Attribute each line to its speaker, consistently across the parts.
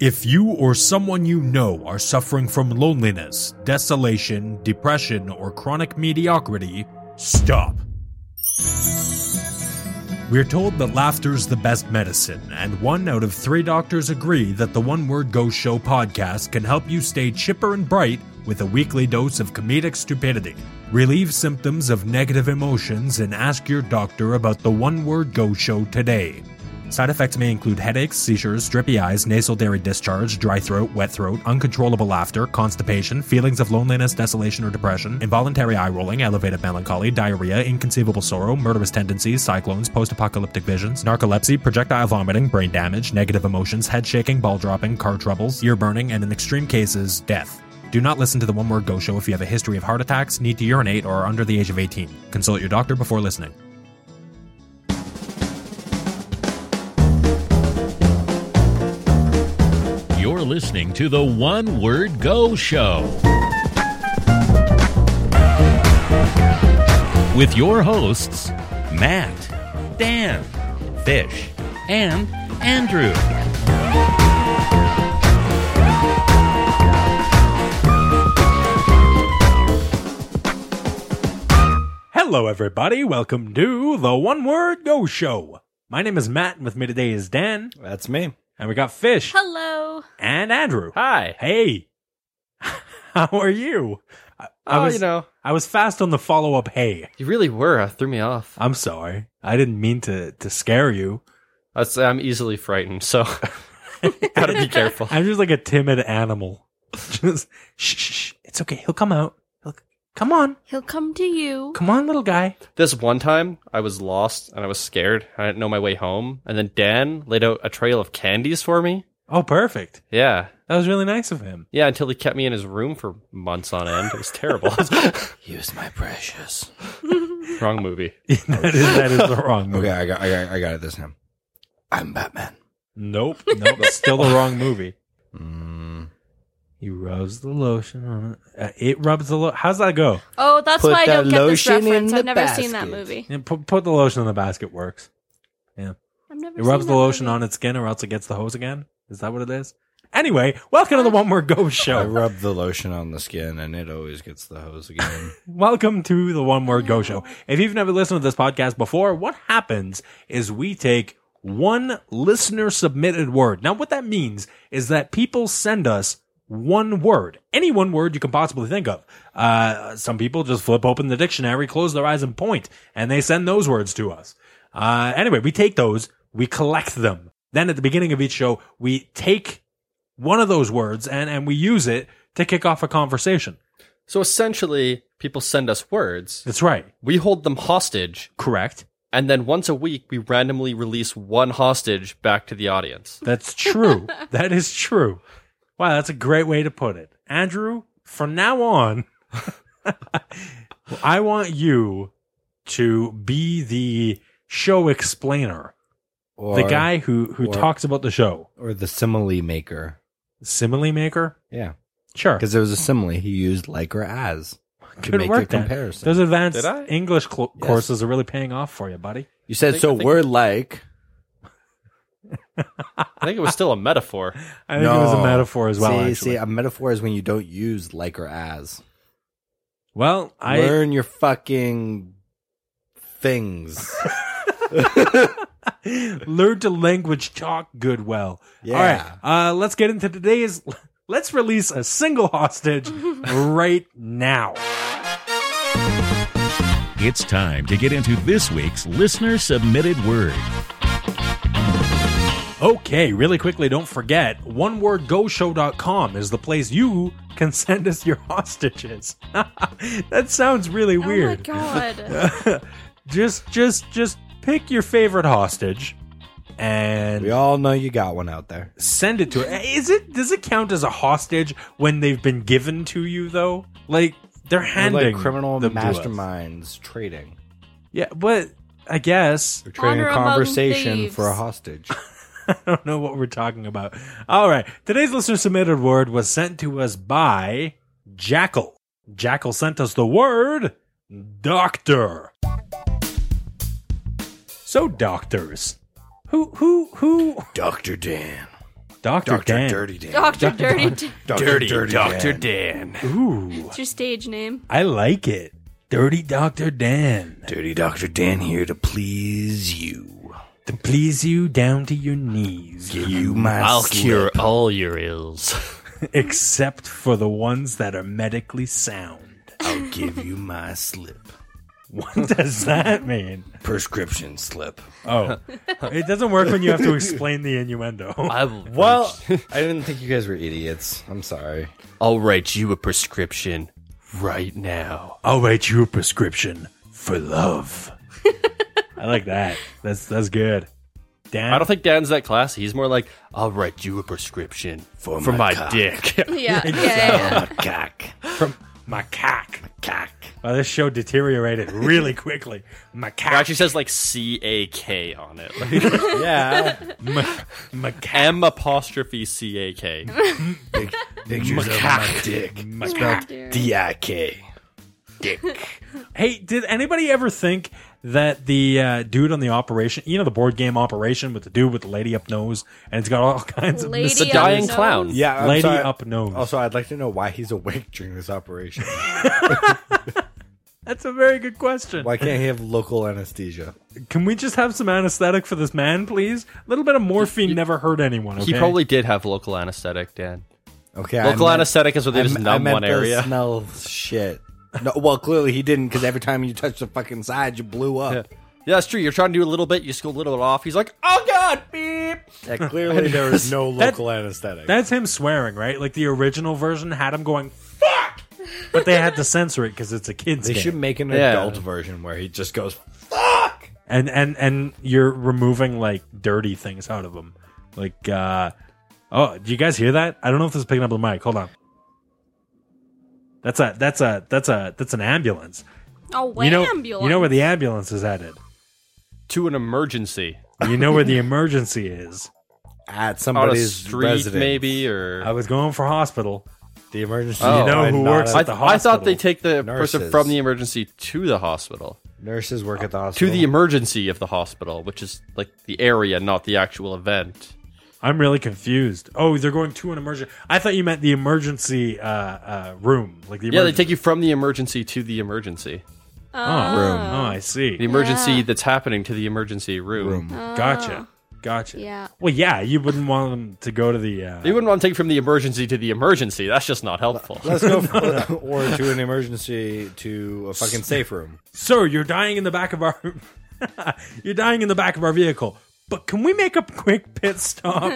Speaker 1: If you or someone you know are suffering from loneliness, desolation, depression, or chronic mediocrity, stop. We're told that laughter's the best medicine, and one out of three doctors agree that the One Word Go Show podcast can help you stay chipper and bright with a weekly dose of comedic stupidity. Relieve symptoms of negative emotions and ask your doctor about the One Word Go Show today. Side effects may include headaches, seizures, drippy eyes, nasal dairy discharge, dry throat, wet throat, uncontrollable laughter, constipation, feelings of loneliness, desolation, or depression, involuntary eye rolling, elevated melancholy, diarrhea, inconceivable sorrow, murderous tendencies, cyclones, post apocalyptic visions, narcolepsy, projectile vomiting, brain damage, negative emotions, head shaking, ball dropping, car troubles, ear burning, and in extreme cases, death. Do not listen to the One Word Go show if you have a history of heart attacks, need to urinate, or are under the age of 18. Consult your doctor before listening.
Speaker 2: You're listening to the One Word Go Show with your hosts, Matt, Dan, Fish, and Andrew.
Speaker 1: Hello, everybody. Welcome to the One Word Go Show. My name is Matt, and with me today is Dan,
Speaker 3: That's me.
Speaker 1: and we got Fish
Speaker 4: Hello.
Speaker 1: and Andrew.
Speaker 3: Hi.
Speaker 1: Hey, how are you? I, I
Speaker 3: oh,
Speaker 1: was
Speaker 3: you know,
Speaker 1: I was fast on the follow up. Hey,
Speaker 3: you really were. Uh, threw me off.
Speaker 1: I'm sorry. I didn't mean to to scare you.
Speaker 3: That's- I'm easily frightened, so gotta be careful.
Speaker 1: I'm just like a timid animal. Just shh, shh, shh. It's okay. He'll come out. He'll, come on,
Speaker 4: He'll come to you.
Speaker 1: come on, little guy.
Speaker 3: This one time, I was lost and I was scared. I didn't know my way home. And then Dan laid out a trail of candies for me.
Speaker 1: Oh, perfect.
Speaker 3: Yeah.
Speaker 1: That was really nice of him.
Speaker 3: Yeah, until he kept me in his room for months on end. It was terrible.
Speaker 5: Use my precious.
Speaker 3: Wrong movie.
Speaker 1: that, is, that is the wrong movie.
Speaker 5: Okay, I got, I got, I got it this time. I'm Batman.
Speaker 1: Nope, nope. That's still the wrong movie.
Speaker 5: Mm,
Speaker 1: He rubs the lotion on it. Uh, it rubs the lo- How's that go?
Speaker 4: Oh, that's
Speaker 5: Put
Speaker 4: why I don't
Speaker 5: the
Speaker 4: get this
Speaker 5: lotion in
Speaker 4: reference. I've
Speaker 5: the
Speaker 4: never seen that
Speaker 5: basket.
Speaker 4: movie.
Speaker 1: And put, put the lotion in the basket works.
Speaker 4: I've never
Speaker 1: It rubs the lotion on its skin or else it gets the hose again. Is that what it is? Anyway, welcome to the One Word Go
Speaker 5: I
Speaker 1: Show.
Speaker 5: rub the lotion on the skin, and it always gets the hose again.
Speaker 1: welcome to the One Word Go Show. If you've never listened to this podcast before, what happens is we take one listener submitted word. Now, what that means is that people send us one word, any one word you can possibly think of. Uh, some people just flip open the dictionary, close their eyes, and point, and they send those words to us. Uh, anyway, we take those, we collect them. Then at the beginning of each show, we take one of those words and, and we use it to kick off a conversation.
Speaker 3: So essentially, people send us words.
Speaker 1: That's right.
Speaker 3: We hold them hostage.
Speaker 1: Correct.
Speaker 3: And then once a week, we randomly release one hostage back to the audience.
Speaker 1: That's true. that is true. Wow, that's a great way to put it. Andrew, from now on, I want you to be the show explainer,
Speaker 5: Or,
Speaker 1: the guy who, who
Speaker 5: or-
Speaker 1: talks about the show.
Speaker 5: or the simile maker.
Speaker 1: Simile maker?
Speaker 5: Yeah,
Speaker 1: Sure.
Speaker 5: because there was a simile he used like or as to
Speaker 1: Good
Speaker 5: make
Speaker 1: work,
Speaker 5: a
Speaker 1: Dan.
Speaker 5: comparison.
Speaker 1: Those advanced
Speaker 3: Did I?
Speaker 1: English cl-
Speaker 5: Yes.
Speaker 1: courses are really paying off for you, buddy.
Speaker 5: you said
Speaker 3: I think-
Speaker 5: so.
Speaker 3: I think-
Speaker 5: we're like
Speaker 1: I
Speaker 3: I think it was still a metaphor.
Speaker 1: think it was a
Speaker 5: No.
Speaker 1: metaphor as well.
Speaker 5: see,
Speaker 1: actually.
Speaker 5: see, a metaphor is when you don't use like or as.
Speaker 1: well, I
Speaker 5: Learn your fucking things.
Speaker 1: Learn to language talk good well.
Speaker 5: Yeah.
Speaker 1: All right. Uh, let's get into today's. Let's release a single hostage right now.
Speaker 2: It's time to get into this week's listener submitted word.
Speaker 1: Okay, really quickly, don't forget onewordgoshow.com is the place you can send us your hostages. that sounds really weird.
Speaker 4: Oh my god.
Speaker 1: just, just, just pick your favorite hostage and
Speaker 5: we all know you got one out there.
Speaker 1: send it to her. Eh, Is it does it count as a hostage when they've been given to you though? Like they're
Speaker 5: They're
Speaker 1: handing
Speaker 5: like criminal
Speaker 1: them to us.
Speaker 5: masterminds trading.
Speaker 1: Yeah, but I guess
Speaker 5: They're trading
Speaker 4: Honor
Speaker 5: a
Speaker 4: among
Speaker 5: conversation
Speaker 4: thieves.
Speaker 5: for a hostage.
Speaker 1: I don't know what we're talking about. All right, today's listener submitted word was sent to us by Jackal. Jackal sent us the word doctor. So doctors, who who who
Speaker 5: Dr. Dan.
Speaker 1: Doctor Dan.
Speaker 5: Dirty Dan.
Speaker 4: Doctor Dirty. Dan.
Speaker 5: Doctor
Speaker 3: Dr.
Speaker 5: Dan.
Speaker 3: Dan.
Speaker 1: Ooh,
Speaker 4: It's your stage name.
Speaker 1: I like it. Dirty Doctor Dan
Speaker 5: Dirty Doctor Dan here to please you.
Speaker 1: to please you down to your knees,
Speaker 5: You my
Speaker 3: I'll
Speaker 5: slip.
Speaker 3: cure all your ills.
Speaker 1: except for the ones that are medically sound.
Speaker 5: I'll give you my slip.
Speaker 1: What does that mean?
Speaker 5: Prescription slip.
Speaker 1: Oh, it doesn't work when you have to explain the innuendo.
Speaker 3: I will.
Speaker 5: Well, I didn't think you guys were idiots. I'm sorry.
Speaker 3: I'll write you a prescription right now.
Speaker 1: I'll write you a prescription for love. I like that. That's that's good. Dan,
Speaker 3: I don't think Dan's that classy. He's more like, I'll write you a prescription for,
Speaker 5: my
Speaker 3: my,
Speaker 5: cock."
Speaker 3: dick.
Speaker 4: Yeah. yeah,
Speaker 1: uh,
Speaker 4: yeah,
Speaker 5: A cock.
Speaker 1: from my cock.
Speaker 5: Cock.
Speaker 1: Oh, this show deteriorated really quickly. My
Speaker 3: It
Speaker 1: cock.
Speaker 3: actually says like C A K on it. Like,
Speaker 5: Yeah.
Speaker 1: my, my cock.
Speaker 3: M apostrophe C A K.
Speaker 5: Pictures of my dick.
Speaker 1: My
Speaker 4: yeah.
Speaker 1: cock.
Speaker 4: Dear.
Speaker 5: D I K. Dick.
Speaker 1: Hey, did anybody ever think that the uh, dude on the operation, you know, the board game operation with the dude with the lady up nose, and it's got all kinds
Speaker 4: Lady
Speaker 1: of. mis-
Speaker 4: up
Speaker 3: dying
Speaker 4: nose.
Speaker 3: clown.
Speaker 5: Yeah, I'm
Speaker 1: Lady
Speaker 5: sorry.
Speaker 1: up nose.
Speaker 5: Also, I'd like to know why he's awake during this operation.
Speaker 1: That's a very good question.
Speaker 5: why can't he have local anesthesia?
Speaker 1: Can we just have some anesthetic for this man, please? A little bit of morphine never hurt anyone. Okay?
Speaker 3: He probably did have local anesthetic, Dan.
Speaker 5: Okay, I
Speaker 3: Local
Speaker 5: meant-
Speaker 3: anesthetic is where they
Speaker 5: I
Speaker 3: just
Speaker 5: me- I
Speaker 3: numb
Speaker 5: meant
Speaker 3: one
Speaker 5: the
Speaker 3: area.
Speaker 5: Smell shit. No, well, clearly he didn't because every time you touched the fucking side, you blew up.
Speaker 3: Yeah, that's true. You're trying to do a little bit, you just go a little bit off. He's like, oh god, beep.
Speaker 5: Yeah, clearly there was no local anesthetic.
Speaker 1: That's him swearing, right? Like the original version had him going fuck, but they had to censor it because it's a kids
Speaker 5: they
Speaker 1: game.
Speaker 5: should make an
Speaker 3: Yeah.
Speaker 5: adult version where he just goes
Speaker 1: and and and you're removing like dirty things out of him. Like, uh oh, do you guys hear that? I don't know if this is picking up the mic. Hold on. That's a that's a that's a that's an ambulance.
Speaker 4: Oh,
Speaker 1: You know
Speaker 4: ambulance.
Speaker 1: you know where the ambulance is headed.
Speaker 3: To an emergency.
Speaker 1: You know where the emergency is.
Speaker 5: at
Speaker 3: On a
Speaker 5: somebody's
Speaker 3: street,
Speaker 5: residence.
Speaker 3: maybe, or
Speaker 1: I was going for hospital.
Speaker 5: the emergency.
Speaker 3: Oh. You know
Speaker 5: and
Speaker 1: who
Speaker 5: not
Speaker 1: works
Speaker 5: a-
Speaker 1: at
Speaker 3: I,
Speaker 1: the
Speaker 3: I thought they
Speaker 1: hospital.
Speaker 3: take the person
Speaker 5: Nurses.
Speaker 3: from the emergency to the hospital.
Speaker 5: nurses work at the
Speaker 3: To
Speaker 5: hospital.
Speaker 1: Oh.
Speaker 3: the emergency of the hospital, which is like the area, not the actual event.
Speaker 1: I'm really confused. Oh, they're going to an emergency. I thought you meant the emergency uh, uh, room, like the
Speaker 3: Yeah, they
Speaker 1: emergen-
Speaker 3: take you from the emergency to the emergency.
Speaker 1: oh, room. Oh, I see.
Speaker 3: The emergency
Speaker 4: Yeah.
Speaker 3: that's happening to the emergency room.
Speaker 1: Gotcha. Gotcha.
Speaker 4: Yeah.
Speaker 1: Well, yeah, you wouldn't want them to go to the. Uh,
Speaker 3: You wouldn't want to take from the emergency to the emergency. That's just not helpful.
Speaker 5: Let's go for, or to an emergency to a fucking safe room.
Speaker 1: Sir, you're dying in the back of our. you're dying in the back of our vehicle. But can we make a quick pit stop?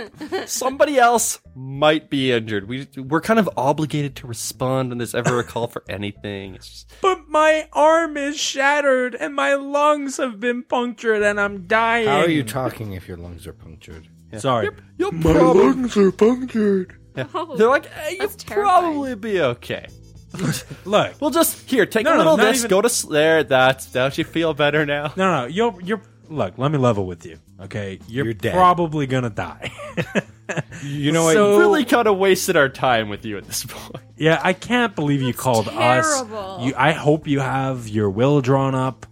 Speaker 3: Somebody else might be injured. We we're kind of obligated to respond when there's ever a call for anything. It's just,
Speaker 1: but my arm is shattered and my lungs have been punctured and I'm dying.
Speaker 5: How are you talking if your lungs are punctured?
Speaker 1: Sorry.
Speaker 3: you'll probably,
Speaker 5: are punctured.
Speaker 4: Oh.
Speaker 3: they're like, "Eh, you'll
Speaker 4: That's terrifying.
Speaker 3: probably be okay.
Speaker 1: Look.
Speaker 3: We'll just here take
Speaker 1: No,
Speaker 3: a
Speaker 1: no,
Speaker 3: little
Speaker 1: not
Speaker 3: this,
Speaker 1: even-
Speaker 3: go to s- there. That don't you feel better now?
Speaker 1: No, no, you're you're. Look, let me level with you. Okay, you're,
Speaker 5: You're dead.
Speaker 1: probably gonna die.
Speaker 5: You know what?
Speaker 1: So-
Speaker 3: really kind of wasted our time with you at this point.
Speaker 1: yeah, I can't believe you called
Speaker 4: terrible.
Speaker 1: us. You, I hope you have your will drawn up.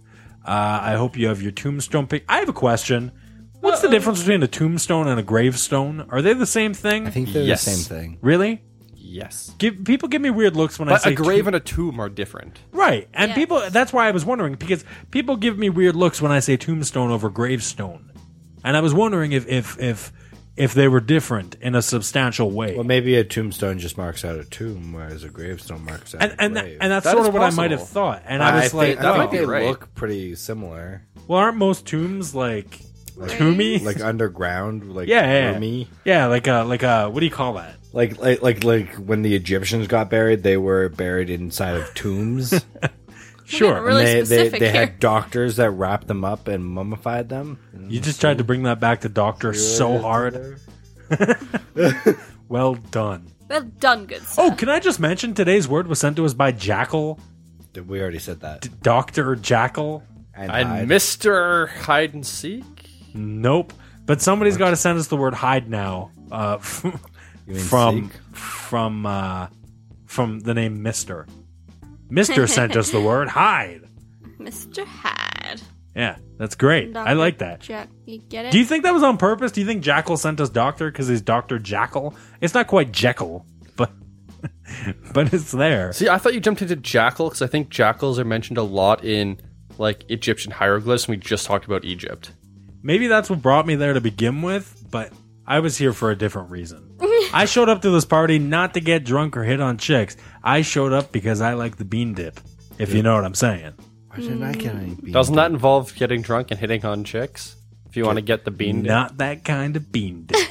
Speaker 1: Uh, I hope you have your tombstone pick. I have a question. What's the difference between a tombstone and a gravestone? Are they the same thing?
Speaker 5: I think they're
Speaker 3: Yes.
Speaker 5: the same thing.
Speaker 1: really.
Speaker 3: Yes,
Speaker 1: Give, people give me weird looks when I
Speaker 3: but
Speaker 1: say
Speaker 3: a grave
Speaker 1: tomb-
Speaker 3: and a tomb are different.
Speaker 1: right, and
Speaker 4: Yeah.
Speaker 1: people. That's why I was wondering because people give me weird looks when I say tombstone over gravestone, and I was wondering if if if if they were different in a substantial way.
Speaker 5: Well, maybe a tombstone just marks out a tomb, whereas a gravestone marks out
Speaker 1: and
Speaker 5: a
Speaker 1: and,
Speaker 5: grave.
Speaker 1: and that's
Speaker 3: That
Speaker 1: sort
Speaker 3: is
Speaker 1: of what I might have
Speaker 3: possible.
Speaker 1: thought. And I was like, oh.
Speaker 5: think, I
Speaker 3: that
Speaker 5: think
Speaker 3: might be
Speaker 5: they
Speaker 3: right.
Speaker 5: look pretty similar,
Speaker 1: well, aren't most tombs like tomby?
Speaker 5: like underground, like
Speaker 1: yeah, yeah, yeah.
Speaker 5: roomy.
Speaker 1: yeah, like a like a what do you call that?
Speaker 5: Like, like like like when the Egyptians got buried, they were buried inside of tombs.
Speaker 1: Sure,
Speaker 4: really
Speaker 5: they, they
Speaker 4: specific
Speaker 5: they
Speaker 4: here.
Speaker 5: had doctors that wrapped them up and mummified them.
Speaker 1: you just tried to bring that back to Doctor so hard. Well done.
Speaker 4: well done, good sir.
Speaker 1: Oh, can I just mention today's word was sent to us by Jackal,
Speaker 5: Did- We already said that.
Speaker 1: Doctor Jackal.
Speaker 5: And
Speaker 3: And
Speaker 5: hide.
Speaker 3: Mister Hide and Seek.
Speaker 1: Nope. But somebody's got to send us the word hide now. Uh, from
Speaker 5: mean
Speaker 1: from
Speaker 5: seek?
Speaker 1: from, uh, from the name Mister. Mister sent us the word hide.
Speaker 4: Mr. Hyde.
Speaker 1: Yeah, that's great. I
Speaker 4: Doctor
Speaker 1: like that.
Speaker 4: Jack, you get it?
Speaker 1: Do you think that was on purpose? Do you think Jackal sent us Doctor because he's Doctor Jackal? It's not quite Jekyll, but but it's there.
Speaker 3: See, I thought you jumped into jackal because I think jackals are mentioned a lot in like Egyptian hieroglyphs, and we just talked about Egypt.
Speaker 1: Maybe that's what brought me there to begin with, but I was here for a different reason. I showed up to this party not to get drunk or hit on chicks. I showed up because I like the bean dip, if you know what I'm saying.
Speaker 5: Why didn't I get any beans?
Speaker 3: Doesn't that involve getting drunk and hitting on chicks? If you want to get the bean, dip?
Speaker 1: Not that kind of bean dip.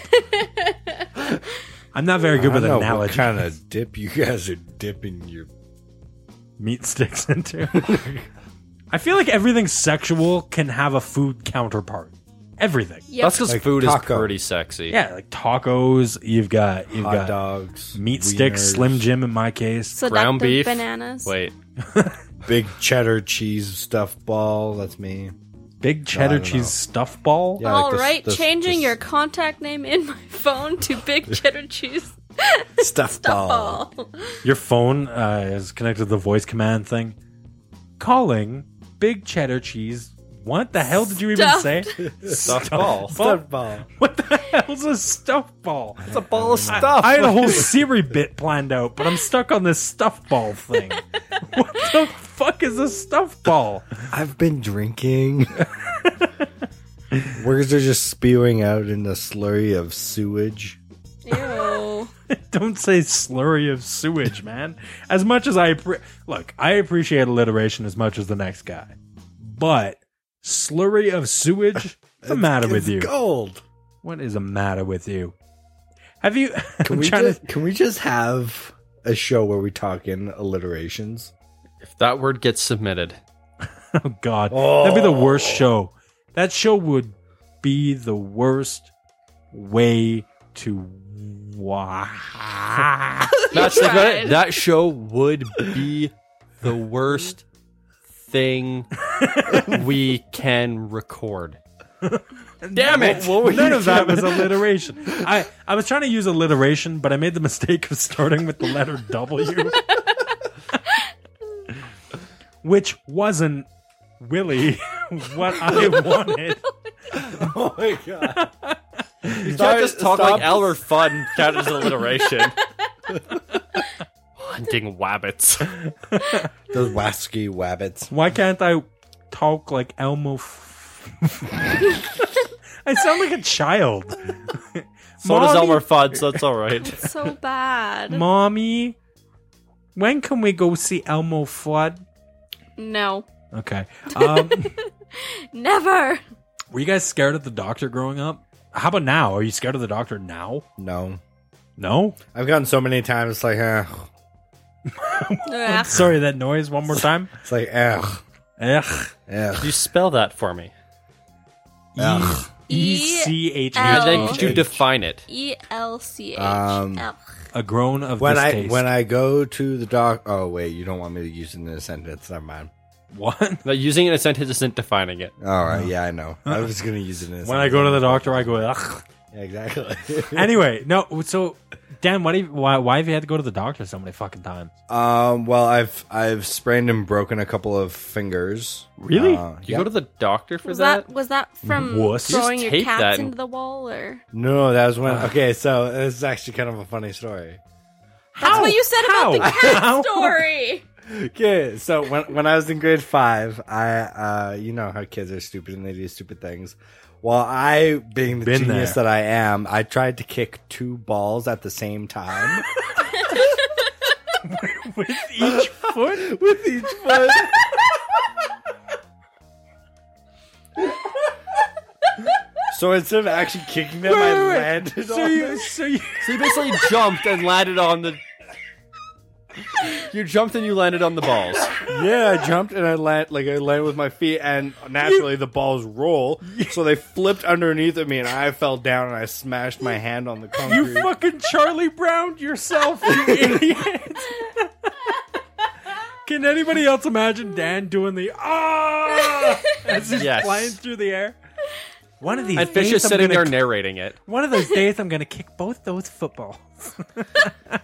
Speaker 1: I'm not very good
Speaker 5: I
Speaker 1: with
Speaker 5: don't know what
Speaker 1: analogies.
Speaker 5: kind of dip you guys are dipping your
Speaker 1: meat sticks into. I feel like everything sexual can have a food counterpart. Everything.
Speaker 4: Yep.
Speaker 3: that's because
Speaker 5: Like
Speaker 3: food is
Speaker 5: taco.
Speaker 3: pretty sexy.
Speaker 1: Yeah, like tacos. You've got you've
Speaker 5: hot
Speaker 1: got
Speaker 5: dogs,
Speaker 1: meat sticks,
Speaker 5: wieners,
Speaker 1: Slim Jim. In my case,
Speaker 4: Seductive
Speaker 3: Ground beef.
Speaker 4: Bananas.
Speaker 3: Wait,
Speaker 5: big cheddar cheese stuffed ball. That's me.
Speaker 1: big cheddar
Speaker 5: don't know.
Speaker 1: cheese stuffed ball.
Speaker 5: Yeah,
Speaker 4: All
Speaker 5: like
Speaker 4: right,
Speaker 5: this- this-
Speaker 4: changing
Speaker 5: this-
Speaker 4: your contact name in my phone to Big Cheddar Cheese
Speaker 5: Stuffed ball.
Speaker 4: Ball.
Speaker 1: Your phone uh, is connected to the voice command thing. Calling big cheddar cheese. What the hell did you
Speaker 4: Stuffed.
Speaker 1: even say?
Speaker 3: stuffed ball.
Speaker 5: Stuffed ball.
Speaker 1: What the hell's a stuffed ball?
Speaker 3: It's a ball of stuff.
Speaker 1: I had a whole Siri bit planned out, but I'm stuck on this stuff ball thing. what the fuck is a stuff ball?
Speaker 5: I've been drinking. Words are just spewing out in the slurry of sewage.
Speaker 4: Ew.
Speaker 1: Don't say slurry of sewage, man. As much as I appre- look, I appreciate alliteration as much as the next guy, but slurry of sewage. What's the matter with
Speaker 5: It's
Speaker 1: you?
Speaker 5: gold.
Speaker 1: What is the matter with you? Have you?
Speaker 5: Can
Speaker 1: I'm
Speaker 5: we
Speaker 1: trying
Speaker 5: just,
Speaker 1: to-
Speaker 5: can we just have a show where we talk in alliterations?
Speaker 3: If that word gets submitted,
Speaker 1: oh God, that'd be the worst show. That show would be the worst way to. Wow.
Speaker 3: that's
Speaker 4: You
Speaker 3: the-
Speaker 4: tried.
Speaker 3: that show would be the worst thing we can record. Damn it!
Speaker 1: What, None of that was alliteration. I, I was trying to use alliteration, but I made the mistake of starting with the letter W, which wasn't really what I wanted.
Speaker 5: Oh my god.
Speaker 3: You can't just talk
Speaker 5: Stop.
Speaker 3: like Albert Fun count as alliteration. Hunting wabbits.
Speaker 5: Those wasky wabbits.
Speaker 1: Why can't I talk like Elmo? F- I sound like a child.
Speaker 3: So does Elmer Fudd, so it's all right.
Speaker 4: so bad.
Speaker 1: Mommy, when can we go see Elmo Flood?
Speaker 4: no.
Speaker 1: Okay. Um,
Speaker 4: Never.
Speaker 1: Were you guys scared of the doctor growing up? How about now? Are you scared of the doctor now?
Speaker 5: No.
Speaker 1: No.
Speaker 5: I've gotten so many times it's like eh.
Speaker 4: Ugh.
Speaker 1: Sorry, that noise one more time.
Speaker 5: It's like eh.
Speaker 1: Ugh.
Speaker 5: eh.
Speaker 3: You spell that for me.
Speaker 5: Ugh.
Speaker 1: E C H
Speaker 4: E-
Speaker 1: H.
Speaker 4: L-
Speaker 3: And then could you
Speaker 5: H.
Speaker 3: define it?
Speaker 4: E L C H.
Speaker 5: Um,
Speaker 4: Ugh.
Speaker 1: A groan of
Speaker 5: When I
Speaker 1: distaste.
Speaker 5: when I go to the doc oh wait, you don't want me to use it in a sentence, never mind.
Speaker 1: what?
Speaker 3: No, using it in a sentence isn't defining it.
Speaker 5: Alright, yeah, I know. I was gonna use it in a
Speaker 1: Uh-uh. When I go to the doctor, I go ugh.
Speaker 5: the Exactly.
Speaker 1: Anyway, no. So, Dan, why, do you, why why have you had to go to the doctor so many fucking times?
Speaker 5: um well I've I've sprained and broken a couple of fingers.
Speaker 1: Really?
Speaker 5: Uh,
Speaker 3: You
Speaker 5: yeah.
Speaker 3: go to the doctor for
Speaker 4: Was
Speaker 3: that?
Speaker 4: that was that from
Speaker 1: Wuss. You just
Speaker 4: throwing your
Speaker 3: take
Speaker 4: cats
Speaker 3: that and-
Speaker 4: into the wall or?
Speaker 5: No, that was when okay, so it's actually kind of a funny story.
Speaker 4: That's what you said
Speaker 1: How?
Speaker 4: about the
Speaker 1: How?
Speaker 4: cat story.
Speaker 5: Okay, so when when I was in grade five, I uh, you know how kids are stupid and they do stupid things. Well, I, being the
Speaker 1: Been
Speaker 5: genius
Speaker 1: there.
Speaker 5: that I am, I tried to kick two balls at the same time
Speaker 1: With each foot?
Speaker 5: with each foot. so instead of actually kicking them, I
Speaker 1: wait, wait.
Speaker 5: landed
Speaker 1: So
Speaker 5: on
Speaker 1: you
Speaker 5: them.
Speaker 1: so you
Speaker 3: So you basically jumped and landed on the. You jumped and you landed on the balls.
Speaker 5: Yeah, I jumped and I land like I landed with my feet, and naturally the balls roll, so they flipped underneath of me, and I fell down and I smashed my hand on the concrete.
Speaker 1: you fucking Charlie Brown yourself, you idiot. Can anybody else imagine Dan doing the ah as he's
Speaker 3: Yes.
Speaker 1: flying through the air? One of these
Speaker 3: And Fish is
Speaker 1: I'm
Speaker 3: sitting there
Speaker 1: gonna-
Speaker 3: narrating it.
Speaker 1: One of those days, I'm gonna kick both those footballs.
Speaker 5: Oh,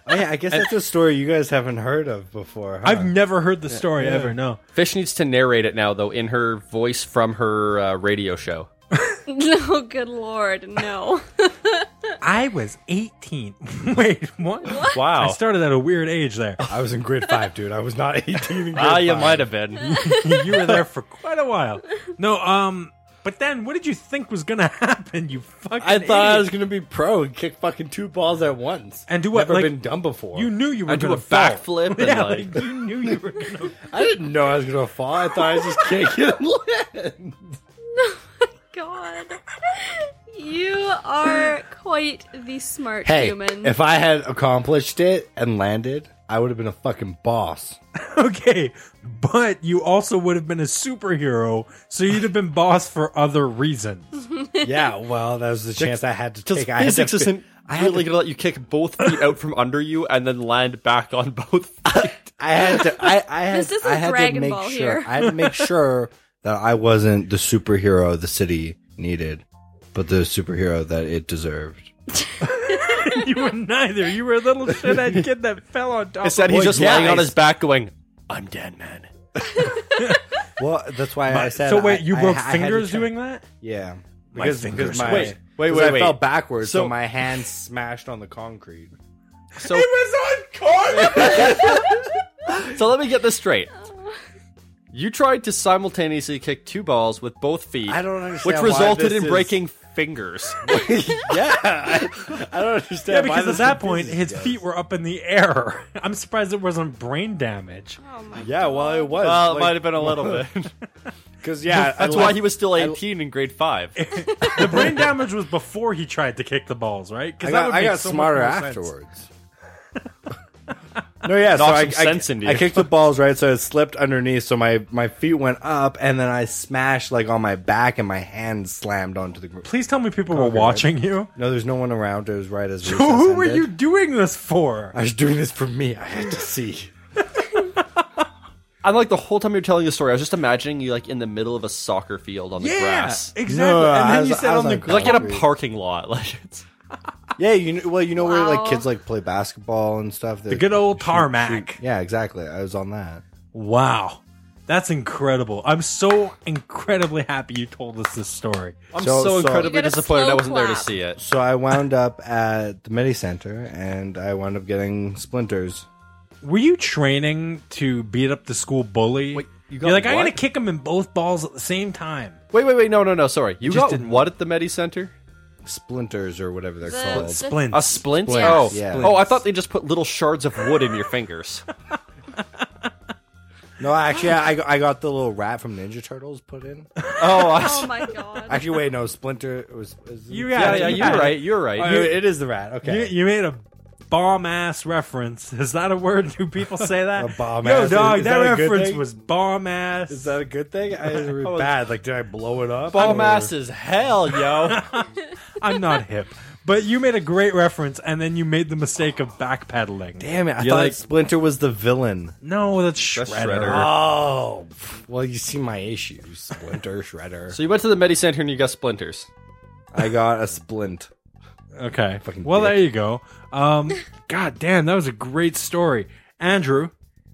Speaker 5: yeah, I guess that's a story you guys haven't heard of before. Huh?
Speaker 1: I've never heard the story ever. No.
Speaker 3: Fish needs to narrate it now, though, in her voice from her uh, radio show.
Speaker 4: No, good lord, no.
Speaker 1: I was 18. Wait, what? I
Speaker 3: Wow.
Speaker 1: started at a weird age there.
Speaker 5: I was in grade five, dude. I was not 18 in grade
Speaker 3: ah, you
Speaker 5: five.
Speaker 3: might have been.
Speaker 1: you were there for quite a while. No, um, but then what did you think was gonna happen? You fucking.
Speaker 5: I thought I
Speaker 1: idiot.
Speaker 5: was going to be pro and kick fucking two balls at once.
Speaker 1: And do what,
Speaker 5: Never
Speaker 1: like-
Speaker 5: been done before.
Speaker 1: You knew you were
Speaker 3: I do
Speaker 1: gonna
Speaker 3: a
Speaker 1: fall.
Speaker 3: backflip and
Speaker 1: Yeah,
Speaker 3: like,
Speaker 1: like, you knew you were gonna.
Speaker 5: I didn't know I was going to fall. I thought I was just kicking it.
Speaker 4: God. You are quite the smart
Speaker 5: Hey,
Speaker 4: human.
Speaker 5: if I had accomplished it and landed, I would have been a fucking boss.
Speaker 1: okay, but you also would have been a superhero, so you'd have been boss for other reasons.
Speaker 5: yeah, well, that was the chance I had to
Speaker 3: Because
Speaker 5: take. I had
Speaker 3: physics
Speaker 5: to fi-
Speaker 3: isn't really going to let you kick both feet out from under you and then land back on both feet.
Speaker 5: I had to. I, I had,
Speaker 4: This isn't
Speaker 5: I had to
Speaker 4: Dragon
Speaker 5: make
Speaker 4: Ball
Speaker 5: sure.
Speaker 4: here.
Speaker 5: I had to make sure that I wasn't the superhero the city needed, but the superhero that it deserved.
Speaker 1: you were neither. You were a little shithead kid that fell on top.
Speaker 3: Instead,
Speaker 1: of
Speaker 3: he's
Speaker 1: wood.
Speaker 3: just
Speaker 5: yeah,
Speaker 3: lying on
Speaker 5: I-
Speaker 3: his back going, I'm dead, man.
Speaker 5: Well, that's why I said.
Speaker 1: so wait,
Speaker 5: I-
Speaker 1: you
Speaker 5: I-
Speaker 1: broke
Speaker 5: I had to
Speaker 1: fingers
Speaker 5: check.
Speaker 1: doing that?
Speaker 5: Yeah,
Speaker 1: My fingers
Speaker 5: my,
Speaker 1: Wait,
Speaker 3: wait,
Speaker 5: because I
Speaker 3: wait,
Speaker 5: fell
Speaker 3: wait.
Speaker 5: backwards, so,
Speaker 3: So-
Speaker 5: my hand smashed on the concrete.
Speaker 3: So,
Speaker 1: was on corner.
Speaker 3: so let me get this straight. You tried to simultaneously kick two balls with both feet,
Speaker 5: I don't understand
Speaker 3: which
Speaker 5: why
Speaker 3: resulted
Speaker 5: this
Speaker 3: in
Speaker 5: is-
Speaker 3: breaking fingers.
Speaker 5: yeah, I, I don't understand.
Speaker 1: Yeah,
Speaker 5: why
Speaker 1: because at
Speaker 5: this
Speaker 1: that point his
Speaker 5: confuses you
Speaker 1: feet were up in the air. I'm surprised it wasn't brain damage.
Speaker 4: oh my
Speaker 5: guys. Yeah, well, it was.
Speaker 3: well, it might have been a little bit.
Speaker 5: Because yeah,
Speaker 3: That's
Speaker 5: I
Speaker 3: why
Speaker 5: left-
Speaker 3: he was still 18 in grade 5.
Speaker 1: The brain damage was before he tried to kick the balls, right?
Speaker 5: I
Speaker 1: Because
Speaker 5: got, I got smarter afterwards. no, yeah, so
Speaker 3: Knock
Speaker 5: I,
Speaker 3: some
Speaker 5: I-
Speaker 3: sense into
Speaker 5: I
Speaker 3: you.
Speaker 5: kicked the balls right, so it slipped underneath. So my my feet went up, and then I smashed like on my back, and my hand slammed onto the ground.
Speaker 1: Please tell me people were watching you.
Speaker 5: No, there's no one around. It was right as. recess
Speaker 1: Who were
Speaker 5: ended.
Speaker 1: you doing this for?
Speaker 5: I was doing this for me. I had to see.
Speaker 3: I'm like, the whole time you're telling the story, I was just imagining you like in the middle of a soccer field on the grass.
Speaker 1: exactly.
Speaker 5: No,
Speaker 1: and
Speaker 5: I
Speaker 1: then
Speaker 5: was-
Speaker 1: you
Speaker 5: I
Speaker 1: said
Speaker 5: was
Speaker 1: on the
Speaker 5: on
Speaker 1: gr-
Speaker 3: You're like in a
Speaker 5: Concrete.
Speaker 3: parking lot. Like, it's,
Speaker 5: Yeah, you know, well, you know where
Speaker 4: Wow.
Speaker 5: like kids like play basketball and stuff.
Speaker 1: the good old tarmac.
Speaker 5: Yeah, exactly. I was on that.
Speaker 1: Wow, that's incredible. I'm so incredibly happy you told us this story.
Speaker 3: I'm
Speaker 5: So-
Speaker 3: so,
Speaker 5: so-
Speaker 4: You
Speaker 3: incredibly
Speaker 4: got a
Speaker 3: disappointed I
Speaker 4: slow
Speaker 3: wasn't there to
Speaker 4: clap.
Speaker 3: see it.
Speaker 5: So I wound up at the Medi Center, and I wound up getting splinters.
Speaker 1: Were you training to beat up the school bully?
Speaker 3: Wait, you got
Speaker 1: are like I'm
Speaker 3: what?
Speaker 1: gonna kick him in both balls at the same time.
Speaker 3: Wait, wait, wait. No, no, no. Sorry. You
Speaker 1: just
Speaker 3: got
Speaker 1: didn't-
Speaker 3: what at the Medi Center?
Speaker 5: Splinters or whatever they're
Speaker 4: The-
Speaker 5: called.
Speaker 4: the-
Speaker 1: Splint.
Speaker 3: A splint?
Speaker 5: Splint,
Speaker 3: Oh.
Speaker 5: yeah.
Speaker 3: oh, I thought they just put little shards of wood in your fingers.
Speaker 5: No, actually, I, I got the little rat from Ninja Turtles put in.
Speaker 3: Oh, I
Speaker 4: Oh my god.
Speaker 5: Actually, wait, no, Splinter was. was
Speaker 1: You
Speaker 3: yeah,
Speaker 1: got
Speaker 3: yeah,
Speaker 1: it.
Speaker 3: you're right. You're right.
Speaker 5: Oh, it is the rat.
Speaker 1: You,
Speaker 5: Okay.
Speaker 1: you made a bomb ass reference. Is that a word? Do people say that?
Speaker 5: A bomb
Speaker 1: Yo,
Speaker 5: ass.
Speaker 1: dog,
Speaker 5: Is
Speaker 1: that,
Speaker 5: that a good
Speaker 1: reference
Speaker 5: thing?
Speaker 1: was bomb ass.
Speaker 5: is that a good thing? I it was bad. Like, did I blow it up?
Speaker 3: Bomb
Speaker 5: Or-
Speaker 3: ass is hell, yo.
Speaker 1: I'm not hip, but you made a great reference, and then you made the mistake of backpedaling.
Speaker 5: Damn it! I
Speaker 1: You're
Speaker 5: thought
Speaker 1: like-
Speaker 5: Splinter was the villain.
Speaker 1: No, that's Shredder.
Speaker 3: That's Shredder.
Speaker 5: Oh, well, you see my issues, Splinter, Shredder.
Speaker 3: so you went to the Medi Center and you got splinters.
Speaker 5: I got a splint.
Speaker 1: Okay.
Speaker 5: Fucking
Speaker 1: well,
Speaker 5: dick.
Speaker 1: there you go. Um, God damn, that was a great story, Andrew.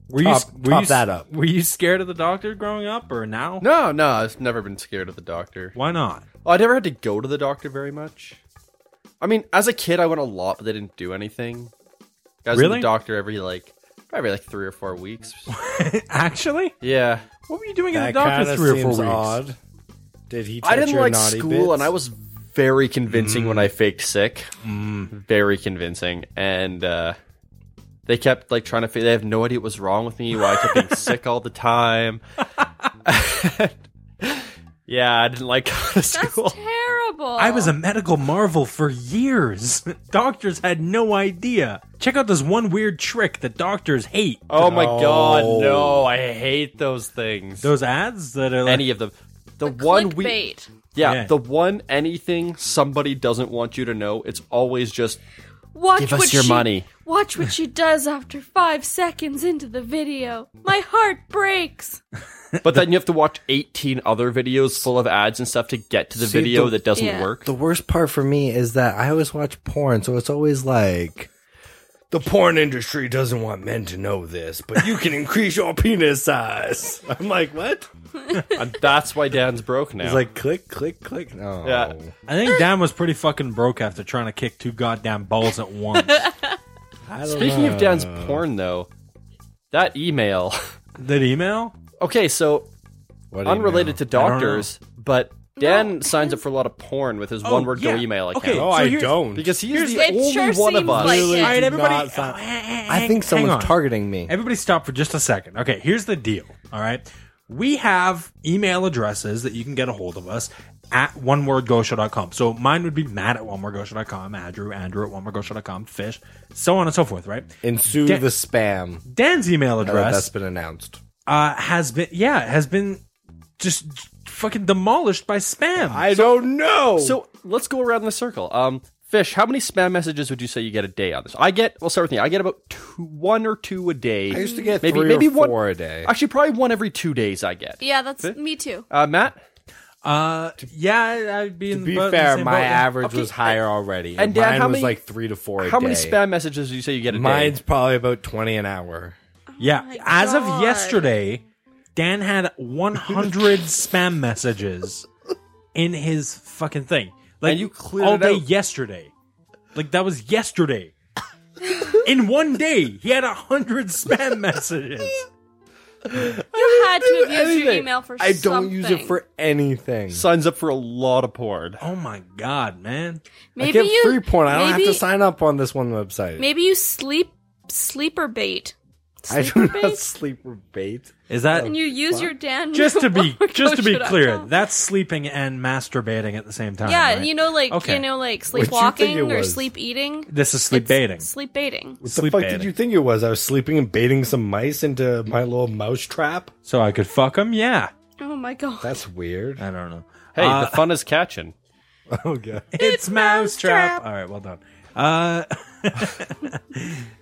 Speaker 1: Were you
Speaker 5: Top-
Speaker 1: were
Speaker 5: top
Speaker 1: you,
Speaker 5: that up.
Speaker 1: Were you scared of the doctor growing up, or now?
Speaker 3: No, no, I've never been scared of the doctor.
Speaker 1: Why not?
Speaker 3: Oh, I never had to go to the doctor very much. I mean, as a kid, I went a lot, but they didn't do anything. I was in
Speaker 1: Really?
Speaker 3: the doctor every like probably like three or four weeks.
Speaker 1: Actually,
Speaker 3: yeah,
Speaker 1: what were you doing in the
Speaker 5: That
Speaker 1: doctor
Speaker 5: kinda
Speaker 1: three or four
Speaker 5: seems
Speaker 1: weeks?
Speaker 5: odd. Did he? Touch
Speaker 3: I didn't
Speaker 5: your
Speaker 3: like
Speaker 5: naughty
Speaker 3: school,
Speaker 5: bits? Mm.
Speaker 3: and I was very convincing when I faked sick. Very convincing, and uh, they kept like trying to. Figure, they have no idea what was wrong with me. Why I kept being sick all the time. yeah, I didn't like going to
Speaker 4: That's
Speaker 3: school.
Speaker 4: terrible.
Speaker 1: I was a medical marvel for years. Doctors had no idea. Check out this one weird trick that doctors hate.
Speaker 3: Oh my
Speaker 5: No.
Speaker 3: god, no! I hate those things.
Speaker 1: Those ads that are like,
Speaker 3: any of them. The, one we
Speaker 4: clickbait.
Speaker 3: yeah,
Speaker 1: Yeah.
Speaker 3: the one anything somebody doesn't want you to know, it's always just
Speaker 4: Watch
Speaker 3: Give us
Speaker 4: what
Speaker 3: your
Speaker 4: she,
Speaker 3: money.
Speaker 4: Watch what she does after five seconds into the video. My heart breaks.
Speaker 3: but then you have to watch 18 other videos full of ads and stuff to get to the
Speaker 5: See,
Speaker 3: video
Speaker 5: the-
Speaker 3: that doesn't
Speaker 4: Yeah.
Speaker 3: work.
Speaker 5: The worst part for me is that I always watch porn, so it's always like The porn industry doesn't want men to know this, but you can increase your penis size. I'm like, what?
Speaker 3: And that's why Dan's broke now.
Speaker 5: It's like click, click, click. No.
Speaker 3: yeah,
Speaker 1: I think Dan was pretty fucking broke after trying to kick two goddamn balls at once.
Speaker 5: I don't
Speaker 3: Speaking
Speaker 5: know.
Speaker 3: of Dan's porn, though, that email.
Speaker 1: that email?
Speaker 3: Okay, so
Speaker 5: What do you
Speaker 3: unrelated
Speaker 5: know?
Speaker 3: to
Speaker 1: don't know.
Speaker 3: doctors, but Dan
Speaker 4: No,
Speaker 3: signs up for a lot of porn with his
Speaker 1: Oh,
Speaker 3: one word
Speaker 1: yeah.
Speaker 3: go email account.
Speaker 1: Okay.
Speaker 5: Oh,
Speaker 1: So
Speaker 5: I
Speaker 1: here's-
Speaker 5: don't.
Speaker 3: Because he is the
Speaker 4: It
Speaker 3: only
Speaker 4: sure
Speaker 3: one of
Speaker 4: seems
Speaker 3: us.
Speaker 4: like it.
Speaker 1: All right,
Speaker 5: do
Speaker 1: everybody.
Speaker 5: not sign-
Speaker 1: oh, hang-
Speaker 6: I think
Speaker 1: hang
Speaker 6: someone's
Speaker 1: on.
Speaker 6: targeting me.
Speaker 1: Everybody stop for just a second. Okay, here's the deal. All right. We have email addresses that you can get a hold of us at onewordgoshow.com. So mine would be Matt at onewordgoshow.com, Andrew, Andrew at onewordgoshow.com, Fish, so on and so forth, right?
Speaker 5: Ensue
Speaker 1: Dan-
Speaker 5: the spam.
Speaker 1: Dan's email
Speaker 5: Now that that's
Speaker 1: address
Speaker 5: been announced.
Speaker 1: uh, has been, yeah, has been just fucking demolished by spam.
Speaker 5: I don't know.
Speaker 3: So let's go around in the circle. Um, Fish, how many spam messages would you say you get a day on this? I get. We'll start with me. I get about two, one or two a day.
Speaker 5: I used to get
Speaker 3: maybe
Speaker 5: three
Speaker 3: maybe
Speaker 5: or
Speaker 3: one
Speaker 5: four a day.
Speaker 3: Actually, probably one every two days. I get.
Speaker 4: Yeah, that's me too.
Speaker 3: Uh, Matt
Speaker 1: uh, yeah, I'd be in
Speaker 5: to
Speaker 1: the
Speaker 5: be
Speaker 1: boat in the
Speaker 5: fair,
Speaker 1: same
Speaker 5: my
Speaker 1: boat.
Speaker 5: average
Speaker 3: Okay,
Speaker 5: was higher already.
Speaker 3: and
Speaker 5: And
Speaker 3: Dan,
Speaker 5: mine
Speaker 3: how
Speaker 5: was
Speaker 3: many-
Speaker 5: like three to four. A
Speaker 3: how
Speaker 5: day.
Speaker 3: many spam messages do you say you get a
Speaker 5: Mine's
Speaker 3: day?
Speaker 5: probably about twenty an hour.
Speaker 1: Yeah.
Speaker 4: Oh my
Speaker 1: As of
Speaker 4: God.
Speaker 1: yesterday, Dan had 100 spam messages in his fucking thing. Like
Speaker 3: And you cleared
Speaker 1: all
Speaker 3: it
Speaker 1: day
Speaker 3: out.
Speaker 1: yesterday. Like that was yesterday. in one day, he had 100 spam messages.
Speaker 4: You had to have used your
Speaker 5: Anything.
Speaker 4: email for
Speaker 5: I don't
Speaker 4: something.
Speaker 5: use it for anything.
Speaker 3: Signs up for a lot of porn.
Speaker 1: Oh my god, man.
Speaker 5: I
Speaker 4: Maybe
Speaker 5: get
Speaker 4: you
Speaker 5: free porn. I don't
Speaker 4: maybe,
Speaker 5: have to sign up on this one website.
Speaker 4: Maybe you sleep sleeper bait.
Speaker 5: I do
Speaker 4: Sleeper
Speaker 5: not
Speaker 4: bait.
Speaker 5: sleep with bait.
Speaker 1: Is that
Speaker 4: And you use your Dan
Speaker 1: just to be just to be clear,
Speaker 4: That,
Speaker 1: that's sleeping and masturbating at the same time.
Speaker 4: yeah,
Speaker 1: right?
Speaker 4: you know, like
Speaker 1: Okay.
Speaker 4: you know, like
Speaker 5: think
Speaker 4: sleepwalking
Speaker 5: it
Speaker 4: or
Speaker 5: was?
Speaker 4: sleep eating.
Speaker 1: this is sleep
Speaker 4: It's
Speaker 1: baiting.
Speaker 4: Sleep baiting.
Speaker 5: What
Speaker 1: Sleep
Speaker 5: the fuck
Speaker 1: baiting.
Speaker 5: did you think it was? I was sleeping and baiting some mice into my little mouse trap.
Speaker 1: So I could fuck him? Yeah.
Speaker 4: Oh my god.
Speaker 5: That's weird.
Speaker 1: I don't know.
Speaker 3: Hey,
Speaker 1: Uh,
Speaker 3: the fun is catching.
Speaker 5: Oh god.
Speaker 1: It's Mousetrap. All right, well done.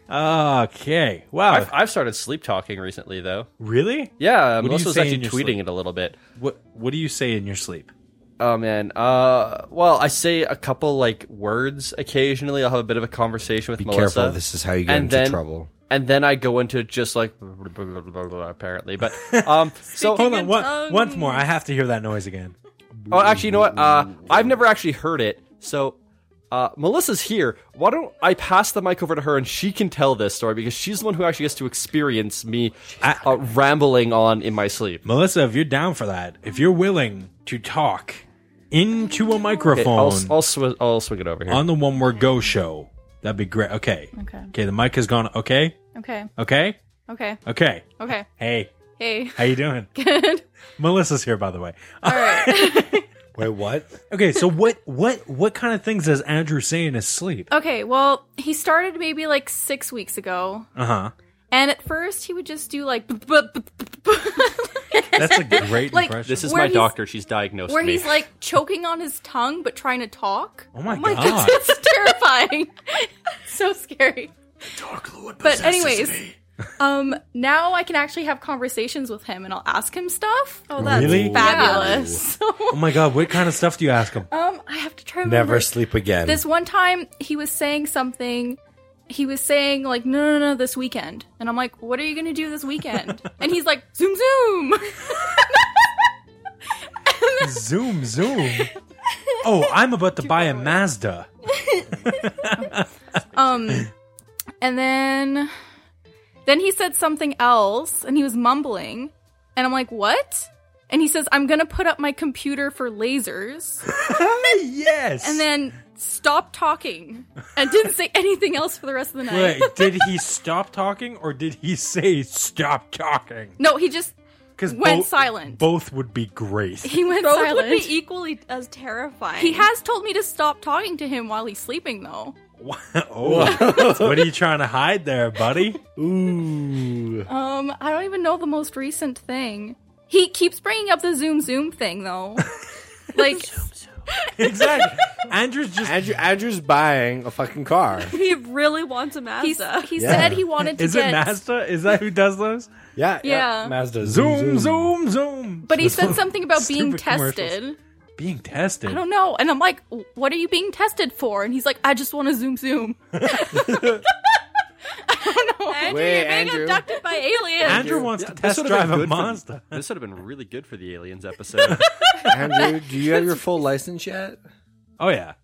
Speaker 1: Uh, okay. Wow.
Speaker 3: I've, I've started sleep talking recently, though.
Speaker 1: really?
Speaker 3: Yeah,
Speaker 1: do you
Speaker 3: most was
Speaker 1: say in
Speaker 3: actually
Speaker 1: your
Speaker 3: tweeting
Speaker 1: sleep?
Speaker 3: it a little bit.
Speaker 1: What What do you say in your sleep?
Speaker 3: Oh man. Uh, well, I say a couple like words occasionally. I'll have a bit of a conversation with
Speaker 5: Be
Speaker 3: Melissa.
Speaker 5: careful, this is how you get
Speaker 3: and
Speaker 5: into
Speaker 3: then,
Speaker 5: trouble.
Speaker 3: And then I go into just like apparently, but um. so
Speaker 1: Hold on,
Speaker 4: in
Speaker 1: one,
Speaker 4: tongues.
Speaker 1: once more. I have to hear that noise again.
Speaker 3: oh, actually, you know what? Uh, I've never actually heard it. So. Uh, Melissa's here. Why don't I pass the mic over to her and she can tell this story because she's the one who actually gets to experience me uh, rambling on in my sleep.
Speaker 1: Melissa, if you're down for that, if you're willing to talk into a
Speaker 3: Okay, I'll,
Speaker 1: microphone
Speaker 3: I'll, swi- I'll swing it over here.
Speaker 1: on the One Word Go show, that'd be great. Okay.
Speaker 7: Okay.
Speaker 1: Okay, the mic has gone. Okay.
Speaker 7: Okay.
Speaker 1: Okay.
Speaker 7: Okay.
Speaker 1: Okay.
Speaker 7: Okay.
Speaker 1: Hey,
Speaker 7: Hey.
Speaker 1: how you doing?
Speaker 7: Good.
Speaker 1: Melissa's here, by the way.
Speaker 7: All right.
Speaker 5: Wait, what?
Speaker 1: Okay, so what what what kind of things does Andrew say in his sleep?
Speaker 7: Okay. Well, he started maybe like six weeks ago,
Speaker 1: Uh huh.
Speaker 7: and at first he would just do like, b- b- b- b- b-
Speaker 1: That's a great
Speaker 7: Like,
Speaker 1: impression.
Speaker 3: this is
Speaker 7: where
Speaker 3: my
Speaker 7: he's-
Speaker 3: doctor. She's diagnosed
Speaker 7: where
Speaker 3: me.
Speaker 7: he's like choking on his tongue but trying to talk.
Speaker 1: Oh my God.
Speaker 7: It's, terrifying. so scary. But anyways, um, now I can actually have conversations with him, and I'll ask him stuff.
Speaker 4: Oh, that's
Speaker 1: Really?
Speaker 7: Fabulous.
Speaker 1: oh my god, what kind of stuff do you ask him?
Speaker 7: um, I have to try. and
Speaker 5: Never
Speaker 7: remember-
Speaker 5: sleep again.
Speaker 7: This one time, he was saying something. He was saying like, "No, no, no, this weekend," and I'm like, "What are you gonna do this weekend?" and he's like, "Zoom, zoom."
Speaker 1: zoom, zoom. Oh, I'm about to buy a Mazda.
Speaker 7: um, and then, then he said something else, and he was mumbling, and I'm like, "What?" And he says, "I'm gonna put up my computer for lasers,"
Speaker 1: yes.
Speaker 7: and then stopped talking and didn't say anything else for the rest of the night.
Speaker 1: Wait, did he stop talking or did he say stop talking?
Speaker 7: No, he just
Speaker 1: Because
Speaker 7: Went silent.
Speaker 1: Both would be great.
Speaker 7: he went
Speaker 4: Both
Speaker 7: silent.
Speaker 4: would be equally as terrifying.
Speaker 7: He has told me to stop talking to him while he's sleeping, though.
Speaker 1: Wow. oh, what are you trying to hide there, buddy?
Speaker 5: Ooh.
Speaker 7: Um, I don't even know the most recent thing. He keeps bringing up the Zoom Zoom thing, though. like,
Speaker 1: exactly. Andrew's just.
Speaker 5: Andrew, Andrew's buying a fucking car.
Speaker 4: he really wants a
Speaker 7: he's,
Speaker 4: Mazda.
Speaker 7: he
Speaker 5: Yeah.
Speaker 7: said he wanted to
Speaker 1: Is
Speaker 7: get.
Speaker 1: it Mazda? Is that who does those?
Speaker 5: Yeah,
Speaker 7: Yeah.
Speaker 5: Mazda
Speaker 1: Zoom, zoom, zoom.
Speaker 7: But he said something about being
Speaker 1: Stupid commercials.
Speaker 7: tested.
Speaker 1: Being
Speaker 7: I
Speaker 1: tested.
Speaker 7: don't know. And I'm like, what are you being tested for? And he's like, I just want to Zoom Zoom.
Speaker 4: Andrew,
Speaker 5: Way,
Speaker 4: you're being
Speaker 5: Andrew.
Speaker 4: abducted by aliens.
Speaker 1: Andrew wants
Speaker 3: Yeah,
Speaker 1: to
Speaker 3: this
Speaker 1: test
Speaker 3: would've been
Speaker 1: drive a
Speaker 3: good for-
Speaker 1: Mazda.
Speaker 3: This would have been really good for the aliens episode.
Speaker 6: Andrew, do you have your full license yet?
Speaker 1: Oh yeah,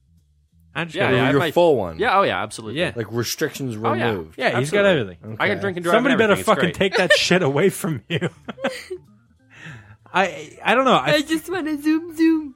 Speaker 1: Andrew.
Speaker 3: Yeah,
Speaker 6: Or
Speaker 3: yeah, I
Speaker 6: your
Speaker 3: might-
Speaker 6: full one.
Speaker 3: yeah, oh yeah, absolutely.
Speaker 1: yeah,
Speaker 6: Like restrictions
Speaker 3: Oh yeah,
Speaker 6: removed.
Speaker 1: yeah. He's got
Speaker 3: Absolutely.
Speaker 1: everything.
Speaker 3: I can drink and drive.
Speaker 1: Somebody
Speaker 3: and
Speaker 1: better
Speaker 3: everything, it's
Speaker 1: fucking
Speaker 3: great.
Speaker 1: take that shit away from you. I I don't know. I,
Speaker 4: just want to zoom zoom.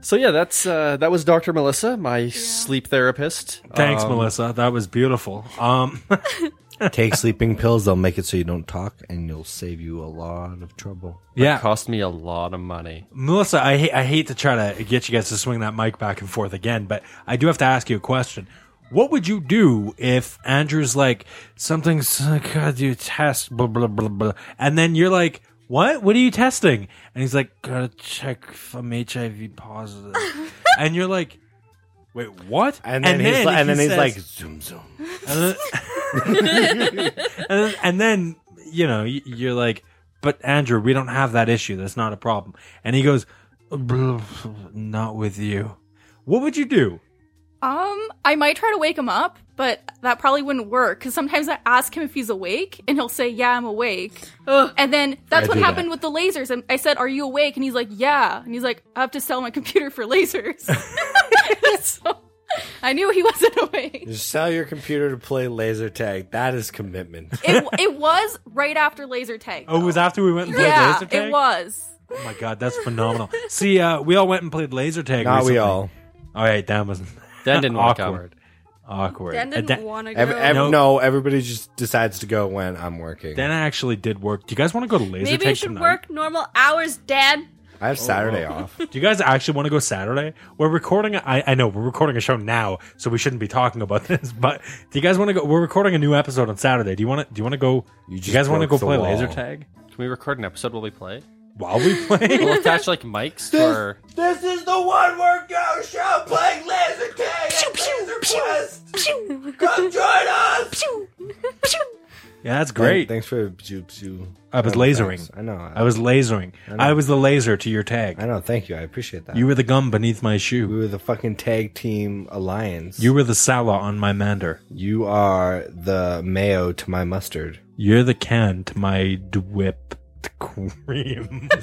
Speaker 3: So yeah, that's uh, that was Dr. Melissa, my sleep therapist.
Speaker 1: thanks,
Speaker 3: Um,
Speaker 1: Melissa. That was beautiful. Um,
Speaker 6: Take sleeping pills. They'll make it so you don't talk, and you'll save you a lot of trouble.
Speaker 1: yeah,
Speaker 3: Cost me a lot of money.
Speaker 1: Melissa. I hate I hate to try to get you guys to swing that mic back and forth again, but I do have to ask you a question. What would you do if Andrew's like something's God, you test blah blah blah blah, and then you're like, what? What are you testing? And he's like, gotta check if I'm HIV positive, and you're like. Wait, what?
Speaker 6: And then, he's,
Speaker 1: if
Speaker 6: like, and
Speaker 1: he
Speaker 6: then he's
Speaker 1: says-
Speaker 6: like, zoom, zoom.
Speaker 1: and then, and then- and then, you know y- you're like but andrew we don't have that issue that's not a problem and he goes "Blah, not with you what would you do
Speaker 7: Um, I might try to wake him up, but that probably wouldn't work because sometimes I ask him if he's awake, and he'll say, "Yeah, I'm awake."
Speaker 4: Ugh.
Speaker 7: And then that's
Speaker 6: I
Speaker 7: what
Speaker 6: do
Speaker 7: happened with the lasers. And I said, "Are you awake?" And he's like, "Yeah." And he's like, "I have to sell my computer for lasers." so I knew he wasn't awake.
Speaker 6: Just sell your computer to play laser tag. That is commitment.
Speaker 7: It, it was right after laser tag.
Speaker 1: oh it was
Speaker 7: though.
Speaker 1: after we went and played
Speaker 7: yeah,
Speaker 1: laser tag
Speaker 7: it was.
Speaker 1: oh my god that's phenomenal see uh, we all went and played laser tag
Speaker 6: Not
Speaker 1: recently. Oh,
Speaker 6: we all.
Speaker 1: all right that was
Speaker 3: Dan didn't walk out.
Speaker 1: awkward awkward
Speaker 4: Dan
Speaker 1: Uh,
Speaker 4: didn't
Speaker 1: Dan-
Speaker 4: want to go.
Speaker 6: Every, ev-
Speaker 1: No.
Speaker 6: No, everybody just decides to go when I'm working.
Speaker 1: Dan actually did work. Do you guys want to go to laser
Speaker 4: Maybe
Speaker 1: tag
Speaker 4: you should
Speaker 1: tonight?
Speaker 4: work normal hours, Dan.
Speaker 6: I have Saturday off.
Speaker 1: Do you guys actually want to go Saturday? We're recording. I, I know we're recording a show now, so we shouldn't be talking about this. But do you guys want to go? We're recording a new episode on Saturday. Do you want to? Do you want to go?
Speaker 6: You
Speaker 1: do
Speaker 6: just
Speaker 1: you guys want to go
Speaker 6: broke the
Speaker 1: play
Speaker 6: wall.
Speaker 1: laser tag
Speaker 3: Can we record an episode while we play?
Speaker 1: while we play?
Speaker 3: We'll attach like mics to our
Speaker 6: This is the one word go show playing laser tag. Come join us.
Speaker 1: yeah, that's great.
Speaker 6: Thanks for pew, pew.
Speaker 1: I was lasering.
Speaker 6: Thanks. I know.
Speaker 1: I was lasering. I, was the laser to your tag.
Speaker 6: I know. Thank you. I appreciate that.
Speaker 1: You were the gum beneath my
Speaker 6: we
Speaker 1: shoe.
Speaker 6: were the fucking tag team alliance.
Speaker 1: You were the sala on my mander.
Speaker 6: you are the mayo to my mustard.
Speaker 1: You're the can to my whipped cream.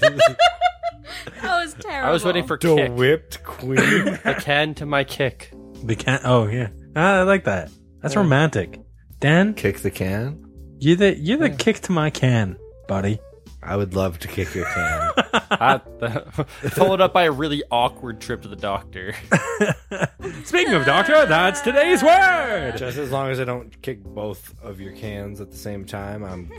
Speaker 4: That was terrible.
Speaker 3: I was waiting for
Speaker 6: The
Speaker 3: kick.
Speaker 6: whipped queen.
Speaker 3: A can to my kick.
Speaker 1: the can. Oh yeah, ah, I like that. That's romantic. Dan,
Speaker 6: kick the can.
Speaker 1: You're the you're the kick to my can, buddy.
Speaker 6: I would love to kick your can.
Speaker 3: At the- followed up by a really awkward trip to the doctor.
Speaker 1: Speaking of doctor, that's today's word.
Speaker 6: Just as long as I don't kick both of your cans at the same time, I'm.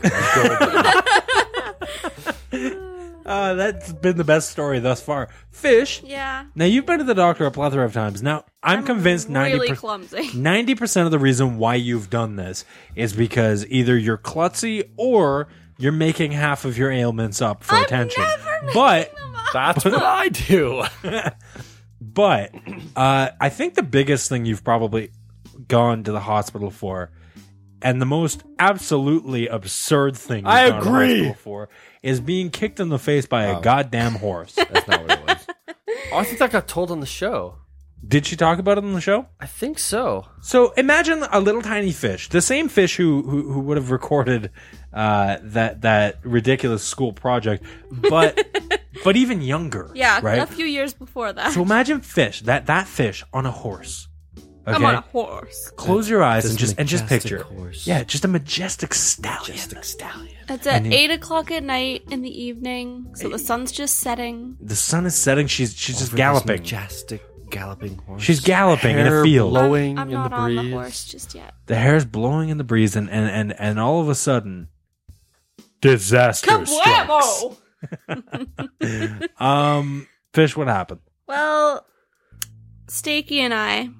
Speaker 1: Uh, that's been the best story thus far. Fish.
Speaker 4: Yeah.
Speaker 1: Now you've been to the doctor a plethora of times. Now I'm, convinced ninety
Speaker 4: Really clumsy.
Speaker 1: ninety percent of the reason why you've done this is because either you're klutzy or you're making half of your ailments up for attention. but
Speaker 3: That's what I do.
Speaker 1: But uh, I think the biggest thing you've probably gone to the hospital for, and the most absolutely absurd thing you've
Speaker 3: I
Speaker 1: gone to the
Speaker 3: agree.
Speaker 1: hospital for, is being kicked in the face by a goddamn horse.
Speaker 6: That's not what it was.
Speaker 3: Oh, I think that got told on the show.
Speaker 1: Did she talk about it on the show?
Speaker 3: I think so.
Speaker 1: So imagine a little tiny fish, the same fish who who, who would have recorded uh, that that ridiculous school project, but but even younger.
Speaker 4: Yeah,
Speaker 1: right.
Speaker 4: a few years before that.
Speaker 1: so imagine fish that that fish on a horse. Okay?
Speaker 4: I'm on a horse.
Speaker 1: close your eyes
Speaker 6: This
Speaker 1: and just and just
Speaker 6: majestic
Speaker 1: picture.
Speaker 6: horse.
Speaker 1: Yeah, just a majestic stallion.
Speaker 4: It's at
Speaker 1: And you-
Speaker 4: eight o'clock at night in the evening, so the sun's just setting.
Speaker 1: The sun is setting. She's she's just galloping.
Speaker 6: Majestic galloping horse.
Speaker 1: She's galloping in a
Speaker 3: Hair
Speaker 1: field.
Speaker 3: blow- Blowing
Speaker 4: I'm, I'm
Speaker 3: in the
Speaker 4: not on the
Speaker 3: breeze.
Speaker 4: horse just yet.
Speaker 1: the hair's blowing in the breeze, and and and, and all of a sudden, disaster strikes.
Speaker 4: Kablamo!
Speaker 1: Um, fish, what happened?
Speaker 4: Well, Stakey and I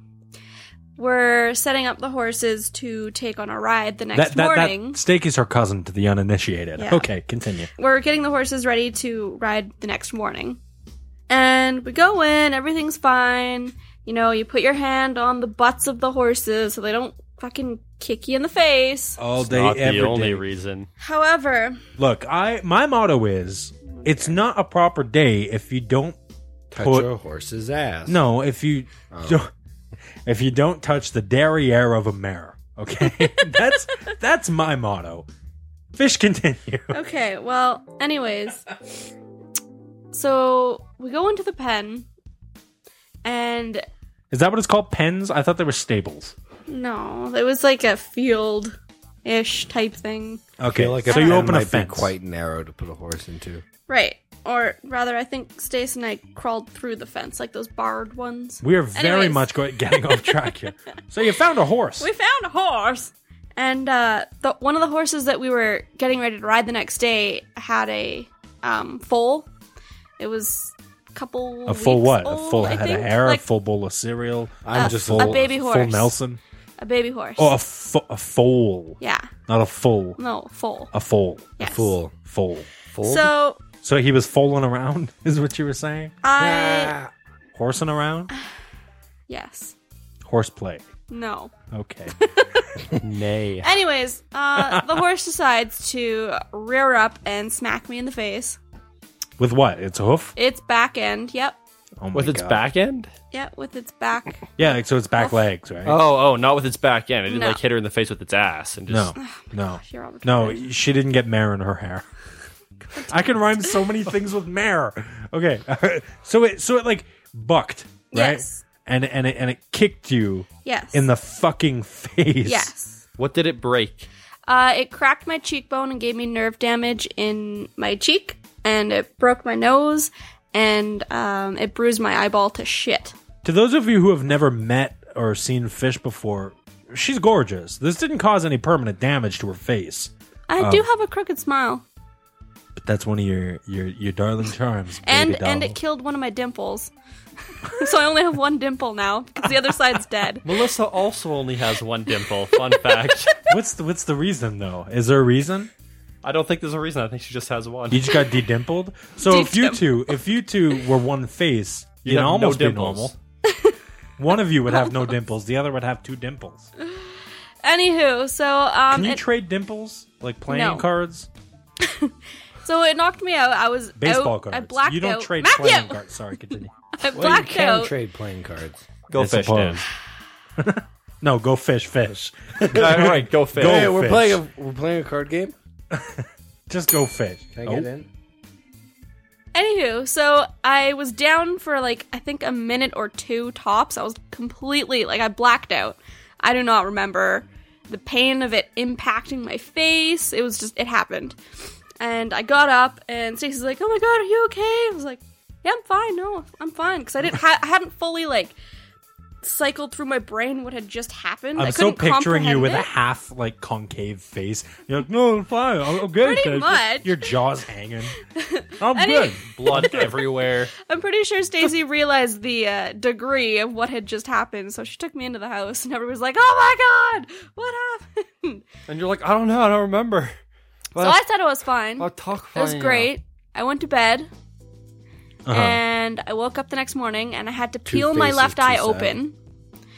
Speaker 4: were setting up the horses to take on a ride the next morning.
Speaker 1: that steak is her cousin to the uninitiated.
Speaker 4: Yeah.
Speaker 1: Okay, continue.
Speaker 4: we're getting the horses ready to ride the next morning. And we go in, everything's fine. You know, you put your hand on the butts of the horses so they don't fucking kick you in the face.
Speaker 1: All
Speaker 3: It's not the only reason.
Speaker 4: However,
Speaker 1: Look, I my motto is it's not a proper day if you don't
Speaker 6: touch
Speaker 1: put-
Speaker 6: your horse's ass. Oh.
Speaker 1: No, if you don't, if you don't touch the derriere of a mare, Okay, that's that's my motto. Fish continue.
Speaker 4: Okay, well, anyways. So we go into the pen, and
Speaker 1: Is that what it's called? Pens? I thought they were staples.
Speaker 4: no, it was like a field ish type thing.
Speaker 1: Okay,
Speaker 6: a
Speaker 1: so you
Speaker 6: pen
Speaker 1: open
Speaker 6: might
Speaker 1: a
Speaker 6: be
Speaker 1: fence.
Speaker 6: quite narrow to put a horse into.
Speaker 4: Right. Or rather, I think Stace and I crawled through the fence, like those barred ones.
Speaker 1: We are very
Speaker 4: Anyways.
Speaker 1: much going, getting off track here. So you found a horse.
Speaker 4: We found a horse. And uh, the, one of the horses that we were getting ready to ride the next day had a um, foal. It was a couple.
Speaker 1: a full
Speaker 4: weeks
Speaker 1: what?
Speaker 4: old,
Speaker 1: a full
Speaker 4: I
Speaker 1: head
Speaker 4: think.
Speaker 1: of hair.
Speaker 4: Like
Speaker 1: a full bowl of cereal.
Speaker 6: I'm
Speaker 4: A-
Speaker 6: just
Speaker 4: a
Speaker 6: full-
Speaker 4: baby
Speaker 1: Full
Speaker 4: horse.
Speaker 1: Nelson.
Speaker 4: a baby horse.
Speaker 1: Oh, a, fo- a foal,
Speaker 4: yeah.
Speaker 1: not a full.
Speaker 4: No, foal.
Speaker 1: A foal.
Speaker 4: Yes.
Speaker 6: Fool.
Speaker 1: Foal.
Speaker 4: So
Speaker 1: So he was foaling around, is what you were saying?
Speaker 4: I
Speaker 6: Ah,
Speaker 1: Horsing
Speaker 4: Uh.
Speaker 1: around?
Speaker 4: yes
Speaker 1: Horseplay.
Speaker 4: no.
Speaker 1: Okay. Nay.
Speaker 4: Anyways, uh, the horse decides to rear up and smack me in the face.
Speaker 1: With what? Its hoof?
Speaker 4: Its back end. Yep.
Speaker 1: Oh my
Speaker 3: with its
Speaker 1: God.
Speaker 3: back end?
Speaker 4: Yep. With its back.
Speaker 1: Yeah, like, so its back legs, right?
Speaker 3: Oh, oh, not with its back end. It didn't
Speaker 4: No.
Speaker 3: like hit her in the face with its ass and
Speaker 1: no.
Speaker 3: just
Speaker 1: No.
Speaker 4: Oh You're all retarded.
Speaker 1: No, she didn't get mare in her hair. I can rhyme so many things with mare. Okay. so it so it like bucked, right?
Speaker 4: Yes.
Speaker 1: And and it, and it kicked you
Speaker 4: Yes.
Speaker 1: in the fucking face.
Speaker 4: Yes.
Speaker 3: What did it break?
Speaker 4: Uh, it cracked my cheekbone and gave me nerve damage in my cheek, and it broke my nose, and um, it bruised my eyeball to shit.
Speaker 1: To those of you who have never met or seen fish before, she's gorgeous. This didn't cause any permanent damage to her face.
Speaker 4: I
Speaker 1: Oh.
Speaker 4: do have a crooked smile,
Speaker 1: But that's one of your your, your darling charms. baby
Speaker 4: and
Speaker 1: doll.
Speaker 4: and it killed one of my dimples, so I only have one dimple now because the other side's dead.
Speaker 3: Melissa also only has one dimple. Fun fact.
Speaker 1: what's the what's the reason though? Is there a reason?
Speaker 3: I don't think there's a reason. I think she just has one.
Speaker 1: You just got dedimpled. So if you two if you two were one face, you'd,
Speaker 3: have no
Speaker 1: almost be
Speaker 3: dimples.
Speaker 1: normal. One of you would have no dimples. The other would have two dimples.
Speaker 4: Anywho, so um,
Speaker 1: Can you
Speaker 4: it-
Speaker 1: trade dimples like playing
Speaker 4: No.
Speaker 1: cards,
Speaker 4: so it knocked me out. I was
Speaker 1: baseball
Speaker 4: out,
Speaker 1: cards?
Speaker 4: I blacked
Speaker 1: you don't
Speaker 4: out.
Speaker 1: trade
Speaker 4: Matthew,
Speaker 1: playing cards. Sorry, continue.
Speaker 4: I
Speaker 6: Well, you
Speaker 4: blacked
Speaker 6: can
Speaker 4: out.
Speaker 6: trade playing cards.
Speaker 3: go
Speaker 1: I
Speaker 3: fish, Dan.
Speaker 1: suppose. No, go fish, fish.
Speaker 3: All right, go fish.
Speaker 1: Go.
Speaker 6: Hey, we're
Speaker 1: fish.
Speaker 6: playing. A, we're playing a card game.
Speaker 1: Just go fish.
Speaker 6: Can I
Speaker 1: Oh,
Speaker 6: get in?
Speaker 4: Anywho, so I was down for like I think a minute or two tops. I was completely like I blacked out. I do not remember the pain of it impacting my face. It was just it happened. And I got up and Stacey's like, "Oh my god, are you okay?" I was like, "Yeah, I'm fine. No, I'm fine." Because I didn't ha- I hadn't fully like cycled through my brain what had just happened. I
Speaker 1: I'm so
Speaker 4: couldn't
Speaker 1: picturing you
Speaker 4: comprehend
Speaker 1: with
Speaker 4: it.
Speaker 1: a half like concave face. You're like, no, I'm fine. I'm I'm good.
Speaker 4: Pretty
Speaker 1: Your-
Speaker 4: much.
Speaker 1: Your jaw's hanging. I'm
Speaker 4: And
Speaker 1: good.
Speaker 4: it-
Speaker 3: Blood everywhere.
Speaker 4: I'm pretty sure Stacy realized the uh, degree of what had just happened, so she took me into the house, and everyone was like, "Oh my god, what happened?"
Speaker 3: And you're like, I don't know. I don't remember.
Speaker 4: so I said I was fine.
Speaker 3: I'll talk
Speaker 4: it was
Speaker 3: fine now.
Speaker 4: great. I went to bed,
Speaker 1: Uh-huh.
Speaker 4: and I woke up the next morning, and I had to peel my
Speaker 6: faces,
Speaker 4: left
Speaker 6: two
Speaker 4: eye
Speaker 6: sides.
Speaker 4: open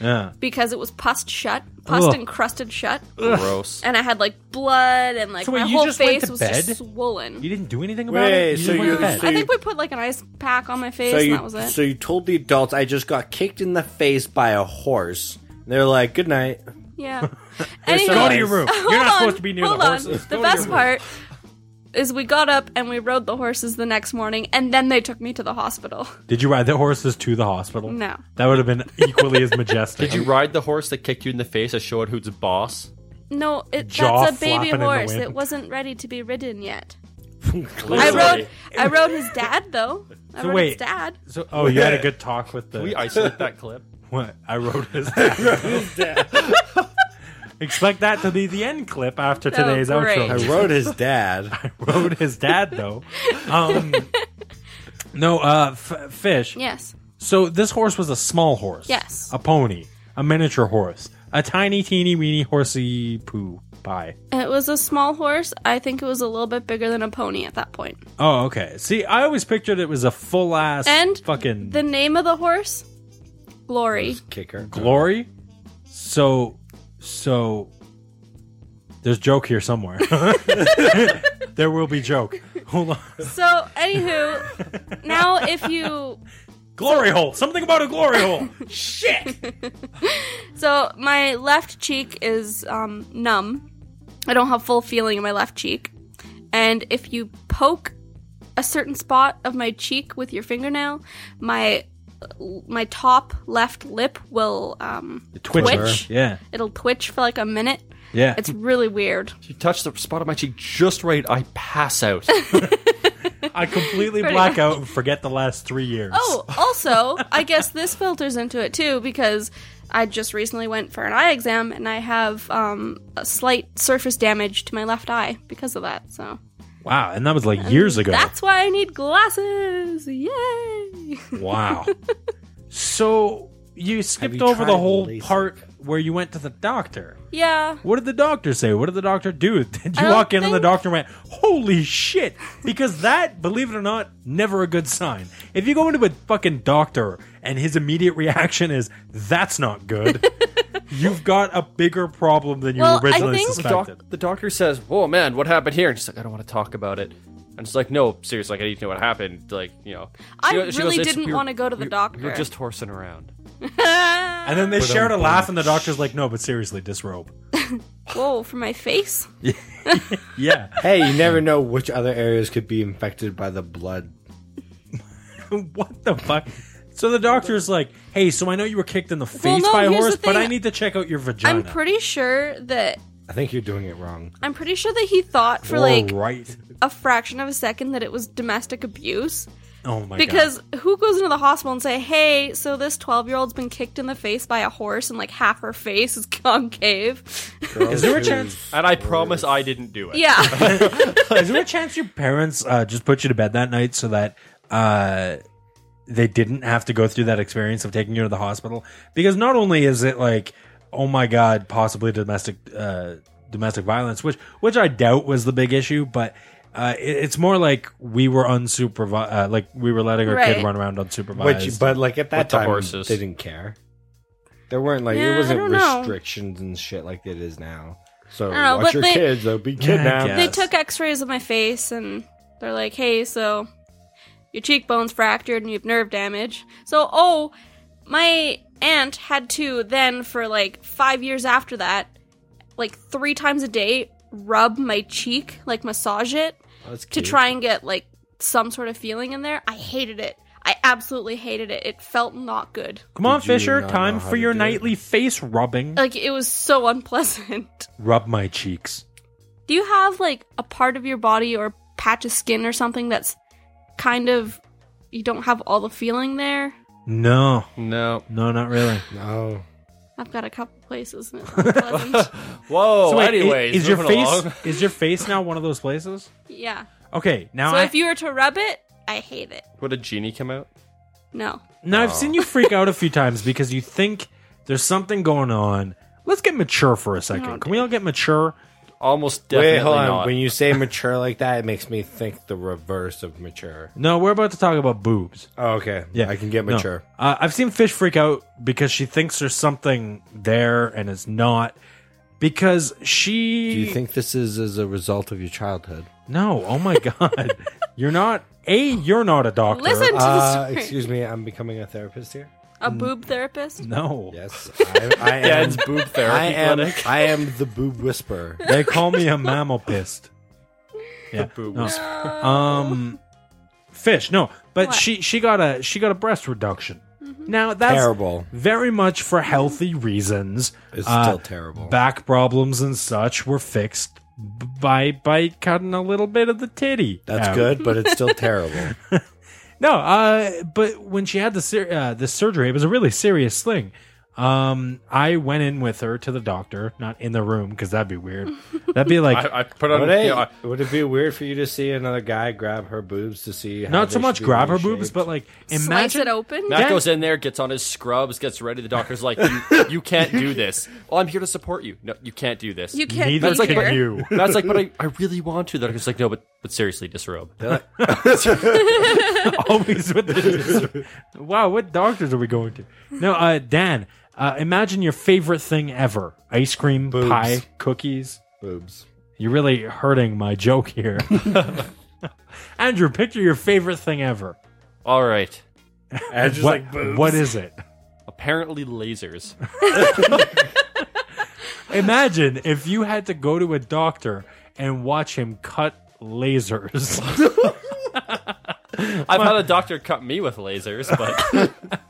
Speaker 1: Yeah.
Speaker 4: because it was pussed shut, pussed
Speaker 1: Ugh.
Speaker 4: and crusted shut,
Speaker 3: Gross.
Speaker 4: and I had like blood and like
Speaker 1: So wait,
Speaker 4: my
Speaker 1: you
Speaker 4: whole
Speaker 1: just went
Speaker 4: face
Speaker 1: to
Speaker 4: was
Speaker 1: bed?
Speaker 4: just swollen.
Speaker 1: You didn't do anything about
Speaker 5: Wait,
Speaker 1: it. You
Speaker 5: so
Speaker 1: just went
Speaker 5: you-
Speaker 1: to bed.
Speaker 5: so
Speaker 4: I think we put like an ice pack on my face,
Speaker 6: So
Speaker 4: and
Speaker 6: you,
Speaker 4: that was it.
Speaker 6: so you told the adults I just got kicked in the face by a horse. They're like, "Good night."
Speaker 4: Yeah.
Speaker 1: Go to
Speaker 4: Anyway,
Speaker 1: your room.
Speaker 4: Hold
Speaker 1: You're not
Speaker 4: on,
Speaker 1: supposed to be near the
Speaker 4: hold on.
Speaker 1: horses.
Speaker 4: The best part is we got up and we rode the horses the next morning, and then they took me to the hospital.
Speaker 1: Did you ride the horses to the hospital?
Speaker 4: No.
Speaker 1: That would have been equally as majestic.
Speaker 3: Did you ride the horse that kicked you in the face as showed who's boss?
Speaker 4: No, it,
Speaker 1: Jaw
Speaker 4: that's a baby
Speaker 1: flapping in the
Speaker 4: horse.
Speaker 1: wind.
Speaker 4: It wasn't ready to be ridden yet. I
Speaker 3: Sorry.
Speaker 4: rode. I rode his dad though. I
Speaker 1: So
Speaker 4: rode
Speaker 1: wait.
Speaker 4: his dad.
Speaker 1: So, oh, you had a good talk with the.
Speaker 3: We isolate that clip.
Speaker 1: what? I wrote his dad. Expect that to be the end clip after today's
Speaker 4: Oh, great.
Speaker 1: outro.
Speaker 6: I wrote his dad.
Speaker 1: rode his dad though. Um, no, uh, f- fish.
Speaker 4: Yes.
Speaker 1: So this horse was a small horse.
Speaker 4: Yes.
Speaker 1: A pony, a miniature horse, a tiny, teeny, weeny horsey poo pie.
Speaker 4: It was a small horse. I think it was a little bit bigger than a pony at that point.
Speaker 1: Oh, okay. See, I always pictured it was a full ass
Speaker 4: And
Speaker 1: fucking
Speaker 4: The name of the horse, Glory.
Speaker 6: Kicker.
Speaker 1: glory. So, so there's joke here somewhere. there will be joke. Hold on.
Speaker 4: So, anywho, now if you
Speaker 1: Glory hole. Something about a glory hole. Shit.
Speaker 4: So my left cheek is um, numb. I don't have full feeling in my left cheek. And if you poke a certain spot of my cheek with your fingernail, my my top left lip will um, twitch.
Speaker 1: Yeah.
Speaker 4: It'll twitch for like a minute.
Speaker 1: Yeah.
Speaker 4: It's really weird.
Speaker 3: You touch the spot of my cheek just right. I pass out.
Speaker 1: I completely black out and forget the last three years.
Speaker 4: Oh, also, I guess this filters into it too because I just recently went for an eye exam and I have um, a slight surface damage to my left eye because of that. So
Speaker 1: Wow. And that was like years ago.
Speaker 4: Um, that's why I need glasses. Yay!
Speaker 1: Wow. so you skipped
Speaker 6: you
Speaker 1: over the
Speaker 6: tried
Speaker 1: whole
Speaker 6: LASIK?
Speaker 1: part where you went to the doctor.
Speaker 4: yeah.
Speaker 1: What did the doctor say? What did the doctor do? Did
Speaker 4: I
Speaker 1: you
Speaker 4: don't
Speaker 1: walk in and the
Speaker 4: think-
Speaker 1: doctor went, holy shit? Because that, believe it or not, never a good sign. If you go into a fucking doctor and his immediate reaction is, that's not good, you've got a bigger problem than you
Speaker 4: Well, I
Speaker 1: originally
Speaker 4: think-
Speaker 3: the, doc-
Speaker 1: suspected.
Speaker 3: the doctor says, "Oh man, what happened here?" And she's like, "I don't want to talk about it." And she's like, "No, seriously, like, I need to know what happened." Like, you know,
Speaker 4: I
Speaker 3: go-
Speaker 4: really
Speaker 3: "It's-
Speaker 4: didn't
Speaker 3: we were-
Speaker 4: wanna go to the
Speaker 3: we- We
Speaker 4: doctor."
Speaker 3: were just horsing around.
Speaker 1: and then they shared a laugh and the doctor's like, no, but seriously, disrobe.
Speaker 4: Whoa, for my face.
Speaker 1: Yeah.
Speaker 6: Hey, you never know which other areas could be infected by the blood.
Speaker 1: what the fuck? So the doctor's like, "Hey, so I know you were kicked in the face
Speaker 4: no,
Speaker 1: by a
Speaker 4: here's the
Speaker 1: horse, but
Speaker 4: thing.
Speaker 1: I need to check out your vagina."
Speaker 4: I'm pretty sure that
Speaker 6: I think you're doing it wrong.
Speaker 4: I'm pretty sure that he thought for
Speaker 1: All
Speaker 4: like
Speaker 1: right.
Speaker 4: a fraction of a second that it was domestic abuse
Speaker 1: Oh my god.
Speaker 4: because who goes into the hospital and say, "Hey, so this 12-year-old's been kicked in the face by a horse and like half her face is concave."
Speaker 1: Is there a chance?
Speaker 3: And I promise I didn't do it.
Speaker 4: yeah.
Speaker 1: is there a chance your parents uh, just put you to bed that night so that uh, they didn't have to go through that experience of taking you to the hospital? Because not only is it like, oh my god, possibly domestic uh, domestic violence, which which I doubt was the big issue, but. Uh, it- it's more like we were unsupervised, uh, like we were letting our
Speaker 4: Right.
Speaker 1: kid run around unsupervised.
Speaker 6: Which, but like at that
Speaker 3: With the
Speaker 6: time,
Speaker 3: horses.
Speaker 6: they didn't care. There weren't like
Speaker 4: Yeah, I
Speaker 6: it wasn't
Speaker 4: don't know.
Speaker 6: restrictions and shit like it is now. So
Speaker 4: don't know, but
Speaker 6: watch your
Speaker 4: they-
Speaker 6: kids; they'll be kidnapped.
Speaker 1: Yeah, I
Speaker 4: They
Speaker 1: Yes.
Speaker 4: took x-rays of my face and they're like, "Hey, so your cheekbone's fractured and you have nerve damage." So, oh, my aunt had to then for like 5 years after that, like 3 times a day rub my cheek, like massage it
Speaker 6: That's
Speaker 4: to
Speaker 6: cute.
Speaker 4: try and get like some sort of feeling in there. I hated it. I absolutely hated it. It felt not good.
Speaker 1: Come on,
Speaker 6: Did you
Speaker 1: Fisher,
Speaker 6: not
Speaker 1: time
Speaker 6: know how
Speaker 1: for
Speaker 6: to
Speaker 1: your
Speaker 6: do it?
Speaker 1: nightly face rubbing.
Speaker 4: Like it was so unpleasant.
Speaker 1: Rub my cheeks.
Speaker 4: Do you have like a part of your body or patch of skin or something that's kind of you don't have all the feeling there?
Speaker 1: No,
Speaker 3: No.
Speaker 1: no, not really.
Speaker 6: No,
Speaker 4: I've got a couple places and it's unpleasant.
Speaker 3: Whoa.
Speaker 1: So wait, i-
Speaker 3: anyways,
Speaker 1: is your
Speaker 3: moving
Speaker 1: face
Speaker 3: along.
Speaker 1: is your face now one of those places?
Speaker 4: yeah.
Speaker 1: Okay, now
Speaker 4: So
Speaker 1: I
Speaker 4: if you were to rub it, I hate it.
Speaker 3: Would a genie come out?
Speaker 4: No.
Speaker 1: now I've seen you freak out a few times because you think there's something going on. Let's get mature for a
Speaker 4: Oh,
Speaker 1: second. Can we all get mature?
Speaker 3: Almost definitely
Speaker 6: wait, hold on.
Speaker 3: not.
Speaker 6: When you say mature like that, it makes me think the reverse of mature.
Speaker 1: No, we're about to talk about boobs.
Speaker 6: Oh, okay,
Speaker 1: Yeah,
Speaker 6: I can get
Speaker 1: No.
Speaker 6: mature.
Speaker 1: Uh, I've seen Fish freak out because she thinks there's something there and it's not. Because she
Speaker 6: Do you think this is as a result of your childhood?
Speaker 1: No, oh my god. you're not a you're not a doctor.
Speaker 4: Listen to
Speaker 6: Uh,
Speaker 4: the story.
Speaker 6: excuse me, I'm becoming a therapist here.
Speaker 4: A boob therapist?
Speaker 1: No.
Speaker 6: Yes, I, I am.
Speaker 3: Dad's boob therapy
Speaker 6: I am.
Speaker 3: clinic.
Speaker 6: I am the boob whisperer.
Speaker 1: They call me a mammopist. Yeah.
Speaker 3: boob
Speaker 1: no. Um fish. No, but
Speaker 4: What?
Speaker 1: she she got a she got a breast reduction. Now that's
Speaker 6: terrible.
Speaker 1: very much for healthy reasons.
Speaker 6: It's
Speaker 1: Uh,
Speaker 6: still terrible.
Speaker 1: Back problems and such were fixed b- by by cutting a little bit of the titty.
Speaker 6: That's
Speaker 1: out.
Speaker 6: good, but it's still terrible.
Speaker 1: No, uh, but when she had the ser- uh, the surgery, it was a really serious thing. Um, I went in with her to the doctor, not in the room because that'd be weird. That'd be like
Speaker 3: I, I put on.
Speaker 6: Would it,
Speaker 3: yeah, I-
Speaker 6: would it be weird for you to see another guy grab her boobs to see? How
Speaker 1: not
Speaker 6: they
Speaker 1: so much
Speaker 6: should be
Speaker 1: grab her boobs,
Speaker 6: shaped?
Speaker 1: but like
Speaker 4: Slice
Speaker 1: imagine
Speaker 4: it open?
Speaker 3: Matt
Speaker 1: Yeah.
Speaker 3: goes in there, gets on his scrubs, gets ready. The doctor's like, "You, you can't do this." Well, I'm here to support you. No, you can't do this.
Speaker 4: You can't
Speaker 1: Neither
Speaker 4: be
Speaker 1: can
Speaker 4: here.
Speaker 1: you.
Speaker 3: Matt's like, "But I, I really want to." The doctor's like, "No, but but seriously, disrobe."
Speaker 1: Always with the wow. What doctors are we going to? No, uh, Dan. Uh, imagine your favorite thing ever: ice cream,
Speaker 6: Boobs.
Speaker 1: pie, cookies.
Speaker 6: boobs.
Speaker 1: You're really hurting my joke here. Andrew, picture your favorite thing ever.
Speaker 3: All right,
Speaker 5: And it's just
Speaker 1: what,
Speaker 5: like boobs.
Speaker 1: what is it?
Speaker 3: Apparently, lasers.
Speaker 1: Imagine if you had to go to a doctor and watch him cut lasers.
Speaker 3: I've had a doctor cut me with lasers, but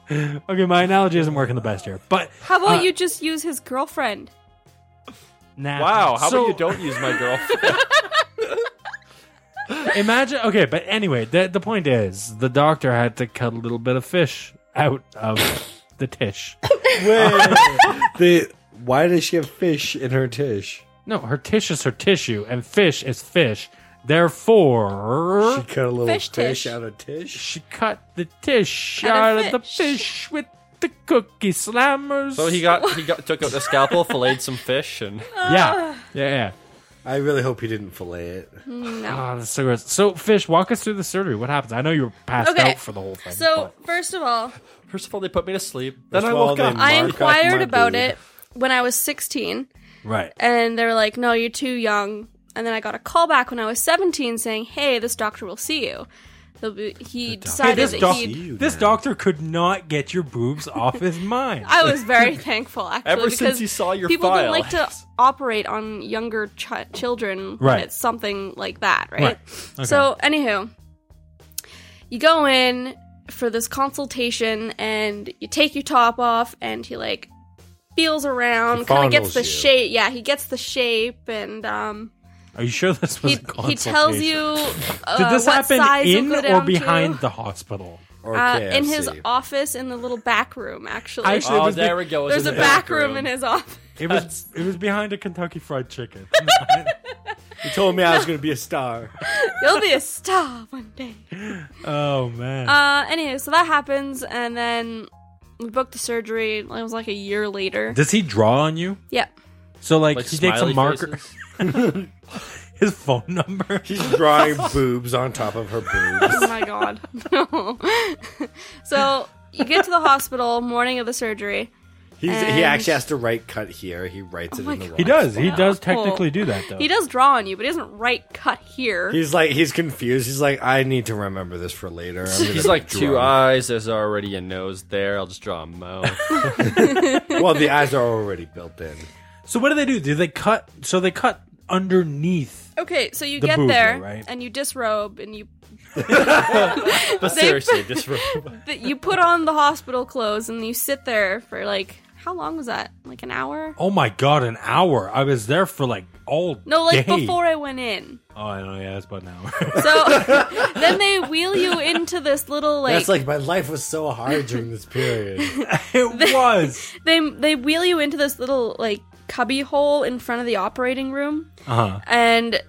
Speaker 1: okay, my analogy isn't working the best here, but
Speaker 4: How about you just use his girlfriend?
Speaker 1: nah.
Speaker 3: wow, how
Speaker 1: So-
Speaker 3: about you don't use my girlfriend?
Speaker 1: Imagine. Okay, but anyway, the the point is, the doctor had to cut a little bit of fish out of the tish.
Speaker 6: They, why does she have fish in her tish?
Speaker 1: No, her tish is her tissue, and fish is fish. Therefore,
Speaker 6: She cut a little
Speaker 4: Fish
Speaker 6: fish,
Speaker 4: tish.
Speaker 6: out of tish.
Speaker 1: She cut the tish
Speaker 4: Cut a
Speaker 1: out of the
Speaker 4: fish.
Speaker 1: fish with the cookie slammers.
Speaker 3: so he got he got took out the scalpel, filleted some fish, and
Speaker 1: yeah,
Speaker 4: Ah.
Speaker 1: yeah, yeah.
Speaker 6: I really hope he didn't fillet it.
Speaker 1: Oh, that's so gross. So, fish, walk us through the surgery. What happens? I know you were passed
Speaker 4: Okay.
Speaker 1: out for the whole thing.
Speaker 4: So, first of all,
Speaker 3: first of all, they put me to sleep. Then
Speaker 6: First
Speaker 3: I
Speaker 6: of all,
Speaker 3: woke
Speaker 6: they
Speaker 3: up.
Speaker 4: I
Speaker 6: Mark off
Speaker 4: inquired
Speaker 6: my
Speaker 4: about
Speaker 6: dude.
Speaker 4: it when I was 16,
Speaker 1: but- right,
Speaker 4: and they were like, no, you're too young. And then I got a call back when I was 17 saying, hey, this doctor will see you. They'll be- He
Speaker 1: Hey,
Speaker 4: decided
Speaker 1: this,
Speaker 4: that
Speaker 1: doc-
Speaker 4: he'd.
Speaker 6: you
Speaker 1: this
Speaker 6: now.
Speaker 1: doctor could not get your boobs off his mind.
Speaker 4: I was very thankful, actually.
Speaker 3: Ever
Speaker 4: because
Speaker 3: since he saw your
Speaker 4: people
Speaker 3: file.
Speaker 4: don't like to operate on younger chi- children when
Speaker 1: Right.
Speaker 4: it's something like that, right?
Speaker 1: Right.
Speaker 4: So, anywho, you go in for this consultation and you take your top off, and he like feels around, kind of gets
Speaker 6: fondles
Speaker 4: the
Speaker 6: you.
Speaker 4: shape. Yeah, he gets the shape, and um,
Speaker 1: Are you sure this was
Speaker 4: he
Speaker 1: a
Speaker 4: he
Speaker 1: consultation?
Speaker 4: tells you uh,
Speaker 1: Did this
Speaker 4: what
Speaker 1: happen
Speaker 4: size you'll
Speaker 1: in
Speaker 4: go
Speaker 1: or
Speaker 4: down
Speaker 1: behind
Speaker 4: to.
Speaker 1: the hospital?
Speaker 6: Or
Speaker 4: Uh, in his
Speaker 6: KFC.
Speaker 4: office in the little back room, actually.
Speaker 1: Actually, it
Speaker 3: Oh,
Speaker 1: was
Speaker 3: there
Speaker 1: the-
Speaker 3: we go. it was
Speaker 4: There's a
Speaker 3: in the
Speaker 4: back room in his office.
Speaker 1: It was it was behind a Kentucky Fried Chicken.
Speaker 5: You told me I was going to be a star.
Speaker 4: You'll be a star one day.
Speaker 1: oh man.
Speaker 4: Uh, anyway, so that happens, and then we booked the surgery. It was like a year later.
Speaker 1: Does he draw on you?
Speaker 4: Yep.
Speaker 1: So like,
Speaker 3: Like
Speaker 1: he takes a
Speaker 3: smiley
Speaker 1: marker,
Speaker 3: faces.
Speaker 1: his phone number.
Speaker 6: She's drawing boobs on top of her boobs.
Speaker 4: Oh my god. no. so you get to the hospital morning of the surgery.
Speaker 6: He's,
Speaker 4: And-
Speaker 6: he actually has to write cut here. He writes it in the wrong.
Speaker 1: He does. He does
Speaker 4: Wow.
Speaker 1: technically do that though.
Speaker 4: He does draw on you, but he doesn't right cut here.
Speaker 6: He's like he's confused. He's like, I need to remember this for later. I'm gonna
Speaker 3: He's like
Speaker 6: draw.
Speaker 3: two eyes. There's already a nose there. I'll just draw a mouth.
Speaker 6: Well, the eyes are already built in.
Speaker 1: So what do they do? Do they cut? So they cut underneath.
Speaker 4: Okay, so you
Speaker 1: The
Speaker 4: get
Speaker 1: boob,
Speaker 4: there
Speaker 1: though, right?
Speaker 4: and you disrobe and you
Speaker 3: but seriously, this room.
Speaker 4: that you put on the hospital clothes and you sit there for like how long was that? Like an hour?
Speaker 1: Oh my god, an hour! I was there for like all
Speaker 4: No, like
Speaker 1: day.
Speaker 4: before I went in.
Speaker 1: Oh, I know. Yeah, that's about an hour.
Speaker 4: So then they wheel you into this little like,
Speaker 6: That's like my life was so hard during this period.
Speaker 1: it was.
Speaker 4: they they wheel you into this little like cubby hole in front of the operating room
Speaker 1: Uh huh.
Speaker 4: and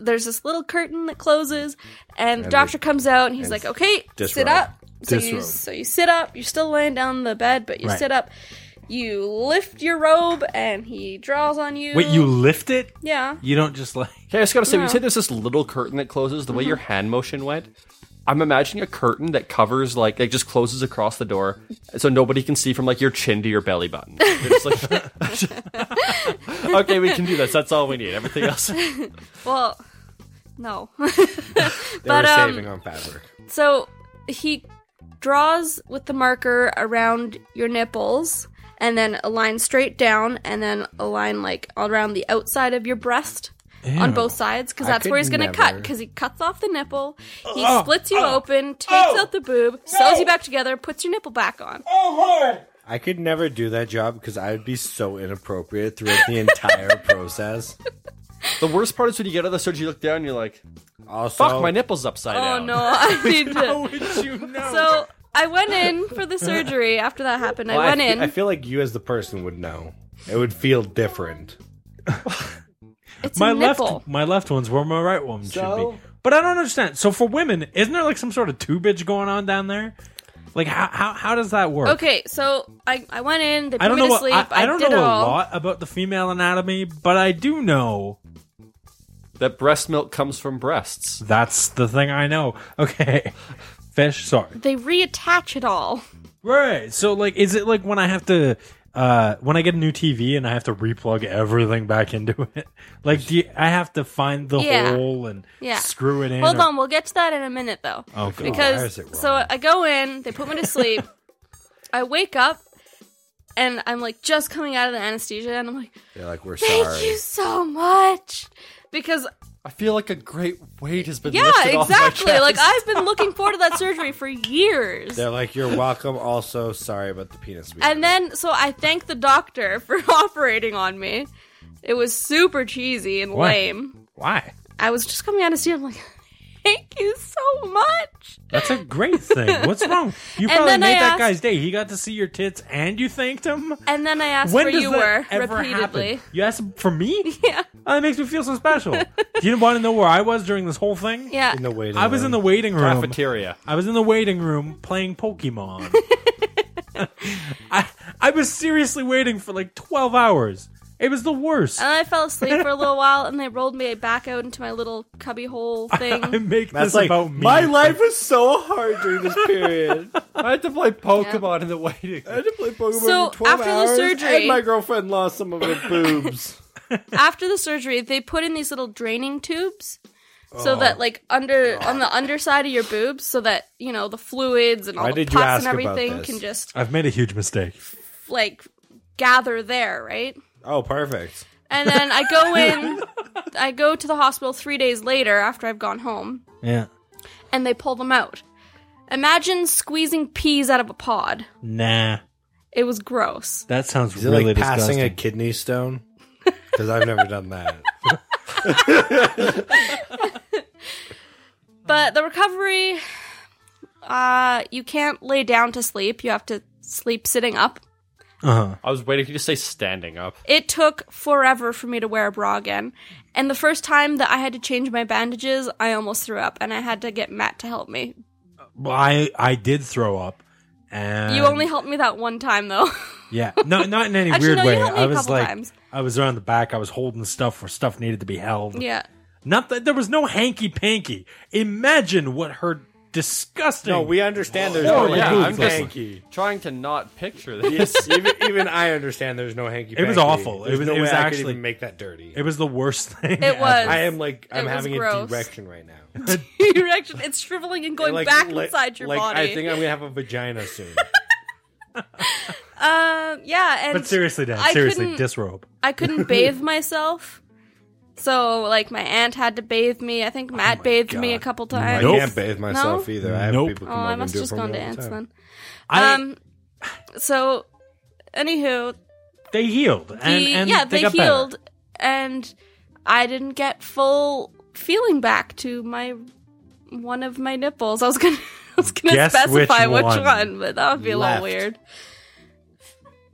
Speaker 4: there's this little curtain that closes and the
Speaker 6: And
Speaker 4: doctor comes out and he's
Speaker 6: and
Speaker 4: like okay sit
Speaker 6: disrobe.
Speaker 4: up so you,
Speaker 6: Disrobe.
Speaker 4: so you sit up you're still laying down on the bed but you
Speaker 1: Right.
Speaker 4: sit up you lift your robe and he draws on you
Speaker 1: Wait, you lift it?
Speaker 4: yeah
Speaker 1: You don't just like.
Speaker 3: Okay, I just gotta say,
Speaker 4: No.
Speaker 3: when
Speaker 4: Mm-hmm.
Speaker 3: you say there's this little curtain that closes, the way your hand motion went, I'm imagining a curtain that covers, like, it just closes across the door so nobody can see from, like, your chin to your belly button. They're just like- okay, we can do this. That's all we need. Everything else.
Speaker 4: well no
Speaker 6: They
Speaker 4: But,
Speaker 6: were
Speaker 4: um,
Speaker 6: saving on fabric.
Speaker 4: So he draws with the marker around your nipples, and then a line straight down, and then a line like around the outside of your breast. On both sides, because
Speaker 6: I
Speaker 4: that's
Speaker 6: could
Speaker 4: where he's gonna cut.
Speaker 6: never.
Speaker 4: Because he cuts off the nipple, he
Speaker 1: Oh,
Speaker 4: splits you open, takes
Speaker 6: oh,
Speaker 4: out the boob, sews you back together, puts your nipple back on.
Speaker 6: I could never do that job because I would be so inappropriate throughout the entire process.
Speaker 3: The worst part is when you get out of the surgery, you look down and you're like,
Speaker 6: Also,
Speaker 3: fuck, my nipple's upside
Speaker 4: Oh
Speaker 3: down.
Speaker 4: no, I need to. So I went in for the surgery. After that happened, I
Speaker 6: Well,
Speaker 4: went
Speaker 6: fe-
Speaker 4: in.
Speaker 6: I feel like you, as the person, would know. It would feel different.
Speaker 4: it's
Speaker 1: my
Speaker 4: a nipple.
Speaker 1: left my left one's where my right one
Speaker 3: So?
Speaker 1: should be. But I don't understand. So for women, isn't there like some sort of tubage going on down there? Like how how, how does that work?
Speaker 4: Okay, so I, I went in. They put
Speaker 1: I don't
Speaker 4: me
Speaker 1: know.
Speaker 4: to
Speaker 1: What,
Speaker 4: sleep.
Speaker 1: I, I don't
Speaker 4: did
Speaker 1: know
Speaker 4: it
Speaker 1: a
Speaker 4: all.
Speaker 1: lot about the female anatomy, but I do know
Speaker 3: That breast milk comes from breasts.
Speaker 1: that's the thing I know. Okay, fish. Sorry.
Speaker 4: They reattach it all.
Speaker 1: Right. So like, is it like when I have to uh, when I get a new TV and I have to replug everything back into it, like do you, I have to find the
Speaker 4: Yeah.
Speaker 1: hole and
Speaker 4: Yeah.
Speaker 1: screw it in.
Speaker 4: Hold
Speaker 1: or-
Speaker 4: on, we'll get to that in a minute though.
Speaker 1: Oh, God.
Speaker 6: why
Speaker 4: Because
Speaker 6: is it
Speaker 4: so
Speaker 6: wrong?
Speaker 4: I go in, they put me to sleep. I wake up and I'm like just coming out of the anesthesia and I'm like,
Speaker 6: They're like, we're
Speaker 4: "Thank
Speaker 6: sorry.
Speaker 4: you so much." Because
Speaker 3: I feel like a great weight has been
Speaker 4: yeah,
Speaker 3: lifted off my
Speaker 4: exactly. Like
Speaker 3: chest.
Speaker 4: I've been looking forward to that surgery for years.
Speaker 6: They're like, you're welcome. Also, sorry about the penis. We
Speaker 4: And then, so I thank the doctor for operating on me. It was super cheesy and
Speaker 1: Why?
Speaker 4: lame.
Speaker 1: Why?
Speaker 4: I was just coming out of see. I'm like, thank you so much.
Speaker 1: That's a great thing. What's wrong? You
Speaker 4: And
Speaker 1: probably
Speaker 4: then
Speaker 1: made
Speaker 4: I
Speaker 1: that
Speaker 4: asked-
Speaker 1: guy's day. He got to see your tits and you thanked him.
Speaker 4: And then I asked
Speaker 1: When
Speaker 4: where
Speaker 1: does
Speaker 4: you were
Speaker 1: that ever
Speaker 4: repeatedly.
Speaker 1: happen? You asked for me?
Speaker 4: Yeah,
Speaker 1: Oh, that makes me feel so special. Do you want to know where I was during this whole thing?
Speaker 4: yeah.
Speaker 6: in the waiting.
Speaker 1: I was in the
Speaker 6: room.
Speaker 1: waiting room.
Speaker 3: Cafeteria.
Speaker 1: I was in the waiting room playing Pokemon. I I was seriously waiting for like twelve hours. It was the worst.
Speaker 4: and I fell asleep for a little while, and they rolled me back out into my little cubby hole thing.
Speaker 1: I make
Speaker 6: That's
Speaker 1: this
Speaker 6: like
Speaker 1: about me.
Speaker 6: my life was so hard during this period.
Speaker 3: I had to play Pokemon in the waiting.
Speaker 6: I had to play Pokemon
Speaker 4: So,
Speaker 6: for 12
Speaker 4: after the
Speaker 6: hours,
Speaker 4: surgery-
Speaker 6: and my girlfriend lost some of her boobs.
Speaker 4: After the surgery, they put in these little draining tubes. So
Speaker 6: Oh,
Speaker 4: that like under on the underside of your boobs, so that you know the fluids and all
Speaker 6: Why
Speaker 4: the
Speaker 6: did you
Speaker 4: pus and
Speaker 6: ask about
Speaker 4: everything
Speaker 6: this?
Speaker 4: can just
Speaker 1: I've made a huge mistake.
Speaker 4: like gather there, right?
Speaker 6: Oh, perfect.
Speaker 4: And then I go in, I go to the hospital three days later after I've gone home,
Speaker 1: Yeah.
Speaker 4: and they pull them out. Imagine squeezing peas out of a pod.
Speaker 1: Nah.
Speaker 4: It was gross.
Speaker 1: That sounds
Speaker 6: Is it
Speaker 1: really
Speaker 6: like passing
Speaker 1: disgusting.
Speaker 6: a kidney stone? Because I've never done that.
Speaker 4: But the recovery, uh, you can't lay down to sleep. You have to sleep sitting up.
Speaker 1: uh-huh.
Speaker 3: I was waiting for you to say standing up.
Speaker 4: It took forever for me to wear a bra again. And the first time that I had to change my bandages, I almost threw up, and I had to get Matt to help me.
Speaker 1: Well, I I did throw up, and
Speaker 5: Um,
Speaker 4: you only helped me that one time, though.
Speaker 1: yeah, no, not in any
Speaker 4: Actually,
Speaker 1: weird
Speaker 4: no, you
Speaker 1: way.
Speaker 4: helped me
Speaker 1: I
Speaker 4: a
Speaker 1: was
Speaker 4: couple
Speaker 1: like,
Speaker 4: times.
Speaker 1: I was around the back. I was holding stuff where stuff needed to be held.
Speaker 4: yeah.
Speaker 1: Not that there was no hanky panky. Imagine what her disgusting.
Speaker 5: No, we understand there's
Speaker 1: Oh,
Speaker 5: no
Speaker 1: yeah,
Speaker 5: hanky
Speaker 1: I'm just-
Speaker 5: panky.
Speaker 3: Trying to not picture this.
Speaker 5: Yes, even, even I understand there's no hanky.
Speaker 1: It was awful. It
Speaker 5: There's
Speaker 1: was-
Speaker 5: no
Speaker 1: it was
Speaker 5: way I could
Speaker 1: actually-
Speaker 5: even make that dirty.
Speaker 1: It was the worst thing.
Speaker 4: It was.
Speaker 5: I am like I'm
Speaker 4: was
Speaker 5: having
Speaker 4: gross.
Speaker 5: a direction right now.
Speaker 4: erection. It's shriveling and going
Speaker 5: like,
Speaker 4: back
Speaker 5: like-
Speaker 4: inside your
Speaker 5: like,
Speaker 4: body.
Speaker 5: I think I'm gonna have a vagina soon.
Speaker 4: um, yeah, and
Speaker 1: But seriously, Dad,
Speaker 4: I
Speaker 1: seriously,
Speaker 4: couldn't-
Speaker 1: disrobe.
Speaker 4: I couldn't bathe myself. So, like, my aunt had to bathe me. I think Matt bathed me a couple times.
Speaker 1: Nope.
Speaker 6: I can't bathe myself either. I have
Speaker 1: Nope.
Speaker 6: people
Speaker 4: Oh,
Speaker 6: come over
Speaker 4: I
Speaker 6: and
Speaker 4: must
Speaker 6: do it
Speaker 4: have just
Speaker 6: for me
Speaker 4: gone to
Speaker 6: all the
Speaker 4: aunt's
Speaker 6: time.
Speaker 4: then.
Speaker 1: I,
Speaker 4: Um, so, anywho,
Speaker 1: they healed,
Speaker 4: the,
Speaker 1: and, and
Speaker 4: yeah,
Speaker 1: they,
Speaker 4: they,
Speaker 1: got
Speaker 4: healed,
Speaker 1: Better.
Speaker 4: and I didn't get full feeling back to my one of my nipples. I was gonna, I was gonna
Speaker 1: Guess which
Speaker 4: specify which
Speaker 1: one.
Speaker 4: one. but that would be a
Speaker 6: Left.
Speaker 4: little weird.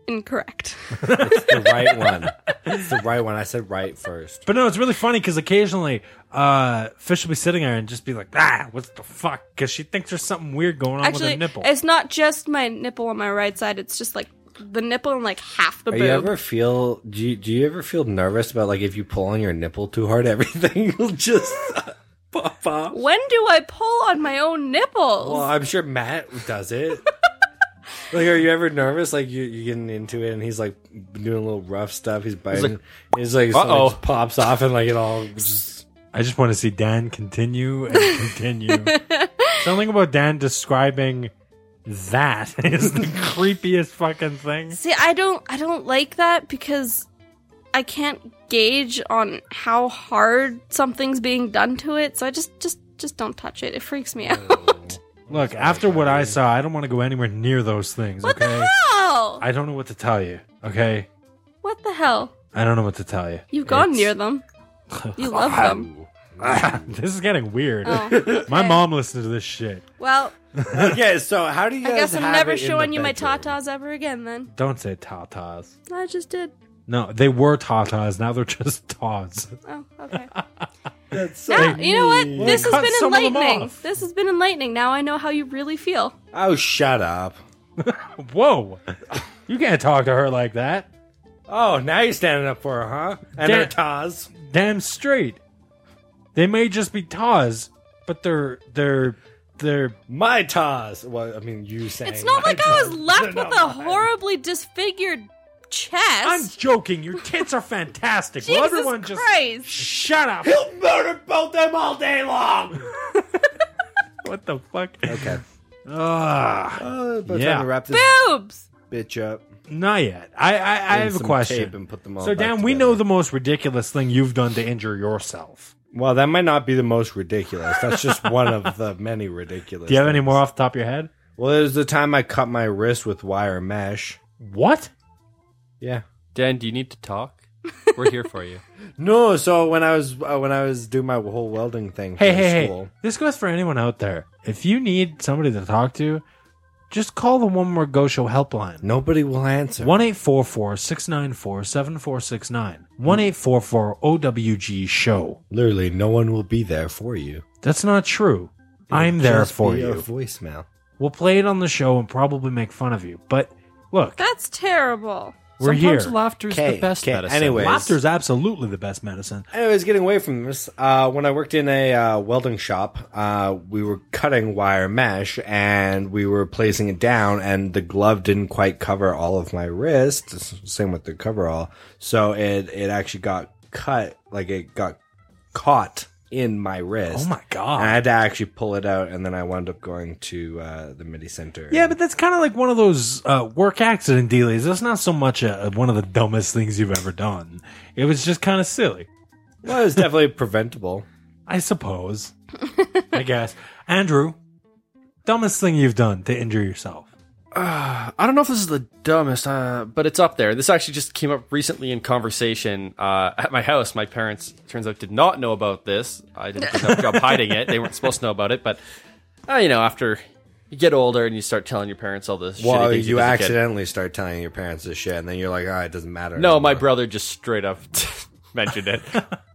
Speaker 4: Incorrect.
Speaker 6: the right one. It's the right one. I said right first.
Speaker 1: But no, it's really funny because occasionally, uh, Fish will be sitting there and just be like, "Ah, what the fuck?" Because she thinks there's something weird going on with
Speaker 4: Actually,
Speaker 1: her nipple.
Speaker 4: it's not just my nipple on my right side. It's just like the nipple and like half the
Speaker 6: Are
Speaker 4: boob.
Speaker 6: you ever feel do you, do you ever feel nervous about like if you pull on your nipple too hard everything will just pop off?
Speaker 4: when do I pull on my own nipples?
Speaker 6: Well, I'm sure Matt does it. like, are you ever nervous? Like, you, you're getting into it, and he's like doing a little rough stuff. He's biting. He's like,
Speaker 3: "Uh-oh."
Speaker 6: something just pops off, and like it all. Just,
Speaker 1: I just want to see Dan continue and continue. Something about Dan describing that is the creepiest fucking thing.
Speaker 4: See, I don't I don't like that because I can't gauge on how hard something's being done to it, so I just just just don't touch it. It freaks
Speaker 6: Oh,
Speaker 4: me out.
Speaker 1: Look, after what I saw, I don't want to go anywhere near those things.
Speaker 4: what
Speaker 1: okay,
Speaker 4: the hell?
Speaker 1: I don't know what to tell you. Okay,
Speaker 4: What the hell?
Speaker 1: I don't know what to tell you.
Speaker 4: You've gone near them. You love them.
Speaker 1: This is getting weird.
Speaker 4: Oh.
Speaker 1: My mom listened to this shit.
Speaker 4: Well,
Speaker 6: okay, so how do you?
Speaker 4: I
Speaker 6: guys
Speaker 4: guess I'm
Speaker 6: have
Speaker 4: never
Speaker 6: it in
Speaker 4: showing
Speaker 6: the
Speaker 4: you my
Speaker 6: bedroom?
Speaker 4: tatas ever again then.
Speaker 1: Don't say tatas.
Speaker 4: I just did.
Speaker 1: No, they were tatas. Now they're just taws.
Speaker 4: Oh, okay.
Speaker 6: That's so
Speaker 4: Now, you know what?
Speaker 6: mean.
Speaker 4: This has
Speaker 1: cut
Speaker 4: been
Speaker 1: some of them
Speaker 4: enlightening.
Speaker 1: off.
Speaker 4: This has been enlightening. Now I know how you really feel.
Speaker 6: Oh, shut up!
Speaker 1: Whoa! You can't talk to her like that.
Speaker 6: Oh, now you're standing up for her, huh? And her tas.
Speaker 1: Damn straight. They may just be taws, but they're they're they're
Speaker 6: My tas. Well, I mean, you saying
Speaker 4: It's not
Speaker 6: my
Speaker 4: like I was
Speaker 6: taws.
Speaker 4: left
Speaker 6: They're not
Speaker 4: with a
Speaker 6: mine.
Speaker 4: horribly disfigured
Speaker 7: chest.
Speaker 1: I'm joking. Your tits are fantastic. Well,
Speaker 4: Jesus
Speaker 1: everyone just
Speaker 4: Christ.
Speaker 1: shut up.
Speaker 8: He'll murder both them all day long.
Speaker 1: What the fuck?
Speaker 5: Okay.
Speaker 1: Ah,
Speaker 5: Uh, but
Speaker 1: Yeah.
Speaker 5: time to wrap this
Speaker 7: Boobs.
Speaker 5: bitch up.
Speaker 1: not yet. I I, I
Speaker 5: in
Speaker 1: have a
Speaker 5: some
Speaker 1: question.
Speaker 5: tape and put them all
Speaker 1: so
Speaker 5: back
Speaker 1: Dan, we
Speaker 5: together.
Speaker 1: know the most ridiculous thing you've done to injure yourself.
Speaker 5: Well, that might not be the most ridiculous. That's just one of the many ridiculous.
Speaker 1: Do you have any
Speaker 5: things.
Speaker 1: more off the top of your head?
Speaker 5: Well, there's the time I cut my wrist with wire mesh.
Speaker 1: What?
Speaker 5: Yeah.
Speaker 3: Dan, do you need to talk? We're here for you.
Speaker 5: No, so when I was uh, when I was doing my whole welding thing for
Speaker 1: Hey, hey,
Speaker 5: school,
Speaker 1: hey. This goes for anyone out there. If you need somebody to talk to, just call the One More Go Show helpline.
Speaker 5: nobody will answer.
Speaker 1: 1 844 694 7469. 1 844 OWG Show.
Speaker 5: Literally, no one will be there for you.
Speaker 1: That's not true. I'm
Speaker 5: It'll
Speaker 1: there
Speaker 5: just
Speaker 1: for
Speaker 5: be a
Speaker 1: you.
Speaker 5: voicemail.
Speaker 1: We'll play it on the show and probably make fun of you. But look,
Speaker 4: That's terrible.
Speaker 1: we're
Speaker 3: Sometimes
Speaker 1: here.
Speaker 3: laughter's
Speaker 5: Okay,
Speaker 3: the best
Speaker 5: okay,
Speaker 3: medicine.
Speaker 5: anyways.
Speaker 1: Laughter's absolutely the best medicine.
Speaker 5: Anyways, getting away from this, uh, when I worked in a uh, welding shop, uh, we were cutting wire mesh and we were placing it down, and the glove didn't quite cover all of my wrist. S- Same with the coverall, so it it actually got cut, like it got caught in my wrist.
Speaker 1: Oh my
Speaker 5: And
Speaker 1: god.
Speaker 5: I had to actually pull it out, and then I wound up going to uh, the MIDI center.
Speaker 1: Yeah, but that's kind of like one of those uh, work accident dealies. That's not so much a, one of the dumbest things you've ever done. It was just kind of silly.
Speaker 5: well, it was definitely preventable.
Speaker 1: I suppose. I guess. Andrew, dumbest thing you've done to injure yourself.
Speaker 3: I don't know if this is the dumbest, uh, but it's up there. This actually just came up recently in conversation uh, at my house. My parents, turns out, did not know about this. I did a good enough job hiding it. They weren't supposed to know about it, but uh, you know, after you get older and you start telling your parents all this, shitty
Speaker 5: Well,
Speaker 3: things
Speaker 5: you
Speaker 3: did as a kid.
Speaker 5: accidentally start telling your parents this shit, and then you're like, "Ah, it doesn't matter."
Speaker 3: No, my
Speaker 5: anymore."
Speaker 3: brother just straight up mentioned it.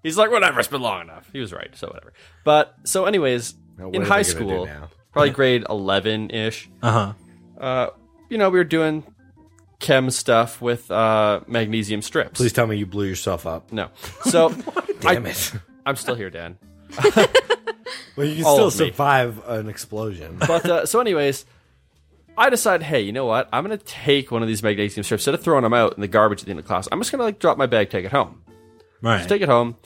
Speaker 3: He's like, whatever, it's been long enough. He was right, so whatever. But so, anyways,
Speaker 5: Now, what
Speaker 3: in
Speaker 5: are
Speaker 3: high
Speaker 5: they gonna do
Speaker 3: school,
Speaker 5: now?
Speaker 3: probably grade eleven ish.
Speaker 1: Uh huh.
Speaker 3: Uh, you know, we were doing chem stuff with uh, magnesium strips.
Speaker 5: Please tell me you blew yourself up.
Speaker 3: No. So
Speaker 5: Damn
Speaker 3: I,
Speaker 5: it.
Speaker 3: I'm still here, Dan.
Speaker 5: Well, you can
Speaker 3: All
Speaker 5: still
Speaker 3: of me.
Speaker 5: survive an explosion.
Speaker 3: But uh, so, anyways, I decided, hey, you know what? I'm gonna take one of these magnesium strips instead of throwing them out in the garbage at the end of class. I'm just gonna like drop my bag, take it home.
Speaker 1: Right.
Speaker 3: Take it home.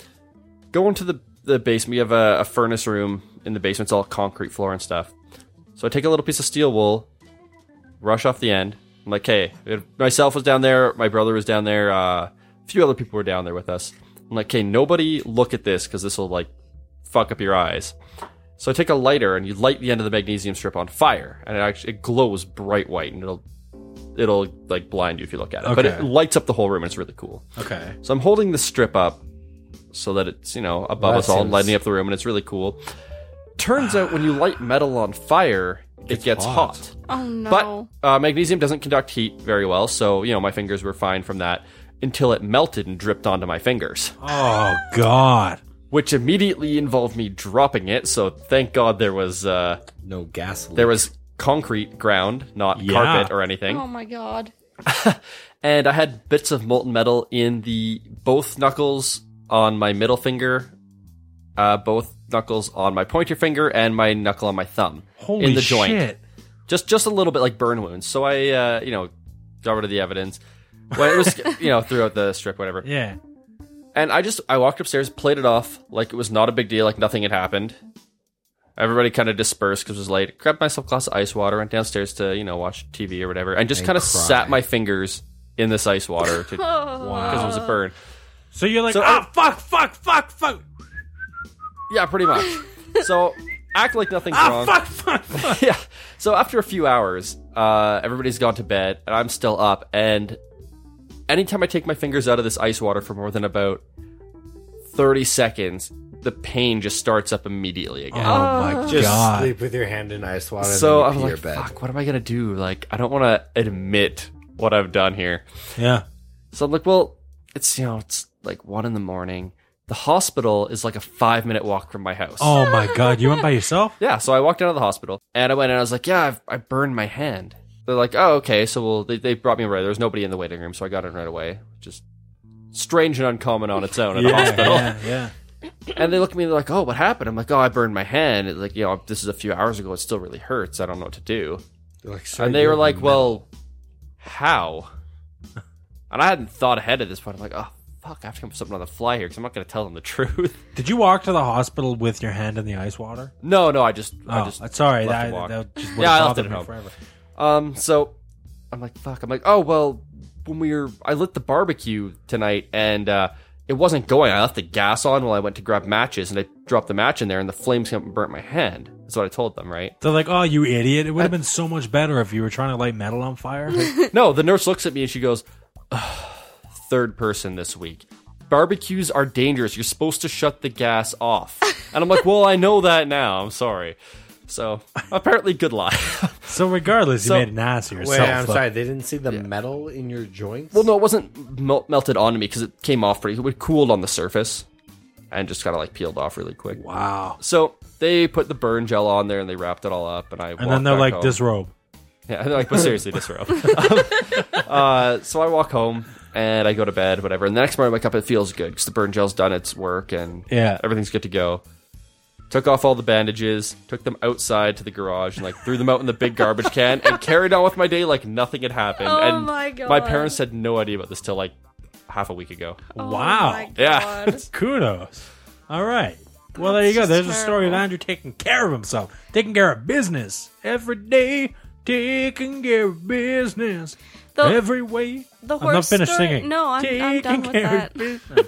Speaker 3: Go into the the basement. We have a, a furnace room in the basement. It's all concrete floor and stuff. So I take a little piece of steel wool, rush off the end. I'm like, hey, if myself was down there. My brother was down there. Uh, a few other people were down there with us. I'm like, hey, nobody look at this because this will like fuck up your eyes. So I take a lighter and you light the end of the magnesium strip on fire, and it actually it glows bright white, and it'll it'll like blind you if you look at it. But
Speaker 1: Okay.
Speaker 3: it lights up the whole room. and It's really cool.
Speaker 1: okay.
Speaker 3: So I'm holding the strip up so that it's, you know, above
Speaker 5: Well,
Speaker 3: us
Speaker 5: that
Speaker 3: all,
Speaker 5: seems-
Speaker 3: lighting up the room, and it's really cool. Turns out when you light metal on fire, it gets hot.
Speaker 4: Oh no.
Speaker 3: But uh, magnesium doesn't conduct heat very well, so, you know, my fingers were fine from that until it melted and dripped onto my fingers,
Speaker 1: Oh God.
Speaker 3: which immediately involved me dropping it. So thank God there was uh,
Speaker 5: No gas leak.
Speaker 3: there was concrete ground, not
Speaker 1: Yeah.
Speaker 3: carpet or anything.
Speaker 4: oh my god.
Speaker 3: and I had bits of molten metal in the both knuckles on my middle finger, uh, both knuckles on my pointer finger, and my knuckle on my thumb
Speaker 1: Holy
Speaker 3: in the
Speaker 1: shit.
Speaker 3: joint. Just just a little bit like burn wounds. So I, uh, you know, got rid of the evidence. Well, it was you know throughout the strip, whatever.
Speaker 1: Yeah.
Speaker 3: And I just I walked upstairs, played it off like it was not a big deal, like nothing had happened. Everybody kind of dispersed because it was late. Grabbed myself a glass of ice water, went downstairs to you know watch TV or whatever, and just kind of sat my fingers in this ice water to because it was a burn.
Speaker 1: So you're like,
Speaker 3: So-
Speaker 1: ah, fuck, fuck, fuck, fuck,
Speaker 3: Yeah, pretty much. So act like nothing's
Speaker 1: ah,
Speaker 3: wrong.
Speaker 1: fuck, fuck, fuck.
Speaker 3: yeah. So after a few hours, uh, everybody's gone to bed, and I'm still up. And anytime I take my fingers out of this ice water for more than about thirty seconds, the pain just starts up immediately again.
Speaker 1: Oh,
Speaker 3: Oh.
Speaker 1: my
Speaker 5: just
Speaker 1: God.
Speaker 5: sleep with your hand in ice water.
Speaker 3: so I was
Speaker 5: and then you
Speaker 3: like,
Speaker 5: pee your bed.
Speaker 3: "Fuck, what am I gonna do? Like, I don't want to admit what I've done here."
Speaker 1: Yeah.
Speaker 3: So I'm like, "Well, it's you know, it's like one in the morning. The hospital is like a five minute walk from my house."
Speaker 1: Oh my God. You went by yourself?
Speaker 3: Yeah, so I walked out of the hospital and I went and I was like, yeah, I've, I burned my hand. They're like, oh, okay. So well, they, they brought me right. There was nobody in the waiting room, so I got in right away. Just strange and uncommon on its own at a hospital.
Speaker 1: yeah, yeah.
Speaker 3: And they look at me and they're like, oh, what happened? I'm like, oh, I burned my hand. It's like, you know, this is a few hours ago. It still really hurts. I don't know what to do.
Speaker 5: They're like, "Sir,
Speaker 3: And they
Speaker 5: you're
Speaker 3: were like,
Speaker 5: a
Speaker 3: well, how? And I hadn't thought ahead at this point. I'm like, oh, fuck, I have to come up with something on the fly here because I'm not going to tell them the truth.
Speaker 1: Did you walk to the hospital with your hand in the ice water?
Speaker 3: no, no, I just, I
Speaker 1: oh,
Speaker 3: just
Speaker 1: that's all right.
Speaker 3: left
Speaker 1: That,
Speaker 3: it walk.
Speaker 1: that just would
Speaker 3: Yeah, I
Speaker 1: have
Speaker 3: left it
Speaker 1: bothered
Speaker 3: at
Speaker 1: me
Speaker 3: home.
Speaker 1: forever.
Speaker 3: Um, so I'm like, fuck. I'm like, oh well, when we were, I lit the barbecue tonight, and uh, it wasn't going. I left the gas on while I went to grab matches, and I dropped the match in there, and the flames came up and burnt my hand. That's what I told them, right?
Speaker 1: They're like, "Oh, you idiot! It would have been so much better if you were trying to light metal on fire."
Speaker 3: no, the nurse looks at me and she goes, "Ugh, third person this week. Barbecues are dangerous. You're supposed to shut the gas off. And I'm like, well, I know that now. I'm sorry. So apparently, good lie.
Speaker 1: so regardless,
Speaker 3: So-
Speaker 1: you made an ass of yourself.
Speaker 6: Wait, I'm
Speaker 1: but-
Speaker 6: sorry. They didn't see the metal in your joints.
Speaker 3: Well, no, it wasn't mel- melted onto me because it came off pretty. It cooled on the surface, and just kind of like peeled off really quick.
Speaker 1: Wow.
Speaker 3: So they put the burn gel on there and they wrapped it all up, and I
Speaker 1: And then they're like, "Disrobe."
Speaker 3: yeah, and they're like, but seriously, disrobe. Um, uh, so I walk home and I go to bed, whatever. And the next morning, I wake up, it feels good because the burn gel's done its work and
Speaker 1: Yeah.
Speaker 3: everything's good to go. Took off all the bandages, took them outside to the garage, and like threw them out in the big garbage can, and carried on with my day like nothing had happened.
Speaker 4: Oh
Speaker 3: and
Speaker 4: my God.
Speaker 3: my parents had no idea about this till like half a week ago.
Speaker 1: wow.
Speaker 4: Oh my
Speaker 3: Yeah.
Speaker 4: God.
Speaker 1: Kudos. All right. Well, there you go.
Speaker 4: That's
Speaker 1: There's
Speaker 4: just
Speaker 1: a story of
Speaker 4: terrible.
Speaker 1: Andrew taking care of himself, taking care of business every day, taking care of business
Speaker 4: The-
Speaker 1: every way.
Speaker 4: the
Speaker 1: I'm not
Speaker 4: horse
Speaker 1: finished
Speaker 4: story-
Speaker 1: singing.
Speaker 4: no, I'm- I'm
Speaker 1: taking
Speaker 4: done with
Speaker 1: care
Speaker 4: that.
Speaker 1: Of business.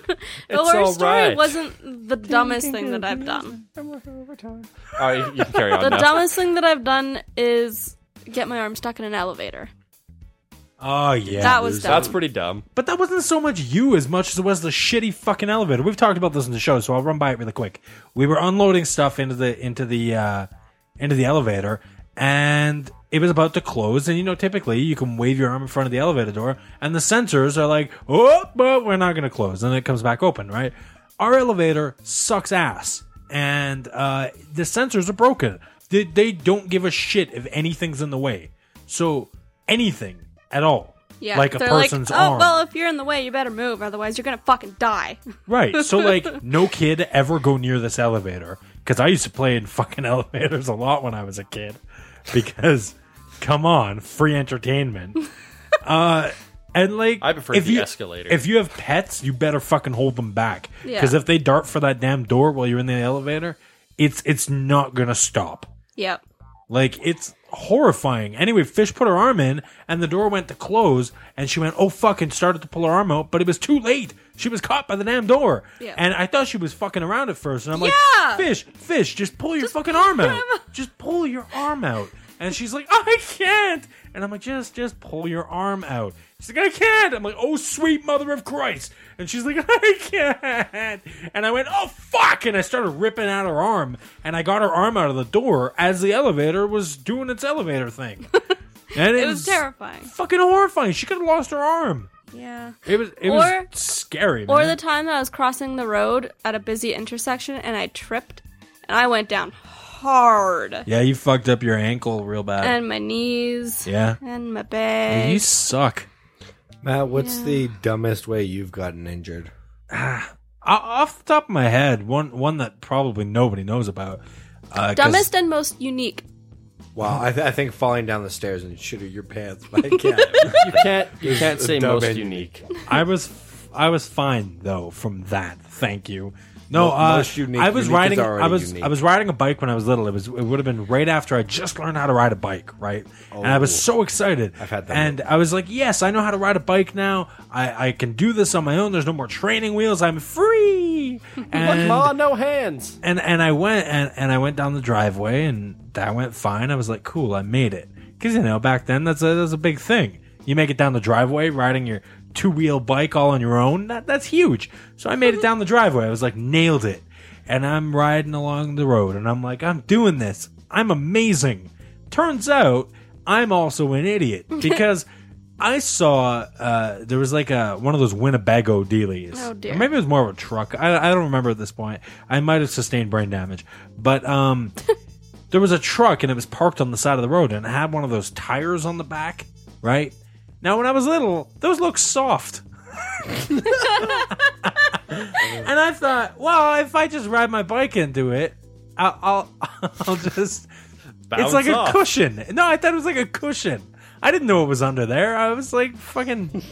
Speaker 4: The horror story
Speaker 3: alright.
Speaker 4: wasn't the dumbest thing that I've done.
Speaker 3: All right, you, you can carry on
Speaker 4: The
Speaker 3: now.
Speaker 4: dumbest thing that I've done is get my arm stuck in an elevator.
Speaker 1: Oh yeah,
Speaker 4: that was dumb.
Speaker 3: That's pretty dumb.
Speaker 1: But that wasn't so much you as much as it was the shitty fucking elevator. We've talked about this in the show, so I'll run by it really quick. We were unloading stuff into the into the uh, into the elevator, and it was about to close. And you know, typically you can wave your arm in front of the elevator door, and the sensors are like, "Oh, but we're not going to close," and it comes back open, right? Our elevator sucks ass, and uh, the sensors are broken. They, they don't give a shit if anything's in the way. So anything at all.
Speaker 4: yeah,
Speaker 1: like a
Speaker 4: they're
Speaker 1: person's
Speaker 4: like,
Speaker 1: arm.
Speaker 4: Oh well, if you're in the way, you better move, otherwise you're gonna fucking die.
Speaker 1: Right. So like no kid ever go near this elevator cuz I used to play in fucking elevators a lot when I was a kid because come on, free entertainment. Uh and like
Speaker 3: I prefer
Speaker 1: if
Speaker 3: the
Speaker 1: you-
Speaker 3: escalator.
Speaker 1: If you have pets, you better fucking hold them back
Speaker 4: Yeah.
Speaker 1: cuz if they dart for that damn door while you're in the elevator, it's it's not going to stop.
Speaker 4: yep.
Speaker 1: Like it's horrifying. Anyway, Fish put her arm in and the door went to close and she went, "Oh fuck," and started to pull her arm out, but it was too late. She was caught by the damn door.
Speaker 4: Yeah.
Speaker 1: And I thought she was fucking around at first and I'm
Speaker 4: Yeah!
Speaker 1: like, "Fish, Fish, just pull your fucking arm out. Just pull your arm out." And she's like, "I can't." And I'm like, "Just just pull your arm out." She's like, "I can't." I'm like, "Oh sweet mother of Christ." And she's like, "I can't." And I went, "Oh fuck." And I started ripping out her arm and I got her arm out of the door as the elevator was doing its elevator thing. And it,
Speaker 4: It was terrifying.
Speaker 1: Fucking horrifying. She could have lost her arm.
Speaker 4: Yeah.
Speaker 1: It was it
Speaker 4: Or-
Speaker 1: was scary.
Speaker 4: Or
Speaker 1: man.
Speaker 4: the time that I was crossing the road at a busy intersection and I tripped and I went down hard.
Speaker 1: yeah, you fucked up your ankle real bad.
Speaker 4: And my knees.
Speaker 1: yeah.
Speaker 4: And my
Speaker 1: Yeah,
Speaker 4: back.
Speaker 1: You suck.
Speaker 6: Matt, what's the dumbest way you've gotten injured?
Speaker 1: O- off the top of my head, one one that probably nobody knows about. Uh, 'cause-
Speaker 4: Dumbest and most unique.
Speaker 6: Well, I, th- I think falling down the stairs and shitting your pants. But I can't.
Speaker 3: You can't. You can't say
Speaker 6: dumb
Speaker 3: most
Speaker 6: and
Speaker 3: unique.
Speaker 1: I was f- I was fine though from that. Thank you. No, uh,
Speaker 6: most unique-
Speaker 1: I
Speaker 6: unique is
Speaker 1: was riding.
Speaker 6: already
Speaker 1: I was
Speaker 6: unique.
Speaker 1: I was riding a bike when I was little. It was it would have been right after I just learned how to ride a bike, right? and I was so excited. I've
Speaker 6: Oh. had that
Speaker 1: And I was like, yes, I know how to ride a bike now. I, I can do this on my own. There's no more training wheels. I'm free. And
Speaker 3: Ma, no hands.
Speaker 1: and and I went and, and I went down the driveway and that went fine. I was like, cool, I made it. Cause you know back then that's a that's a big thing. You make it down the driveway riding your two wheel bike all on your own. That that's huge. So I made it down the driveway. I was like, nailed it. And I'm riding along the road and I'm like, I'm doing this. I'm amazing. Turns out I'm also an idiot because. I saw uh, there was like a one of those Winnebago dealies.
Speaker 4: Oh, dear.
Speaker 1: Or maybe it was more of a truck. I, I don't remember at this point. I might have sustained brain damage, but um, there was a truck and it was parked on the side of the road and it had one of those tires on the back. Right now, when I was little, those looked soft. and I thought, well, if I just ride my bike into it, I'll I'll, I'll just it's like a cushion. No, I thought it was like a cushion. I didn't know it was under there. I was like fucking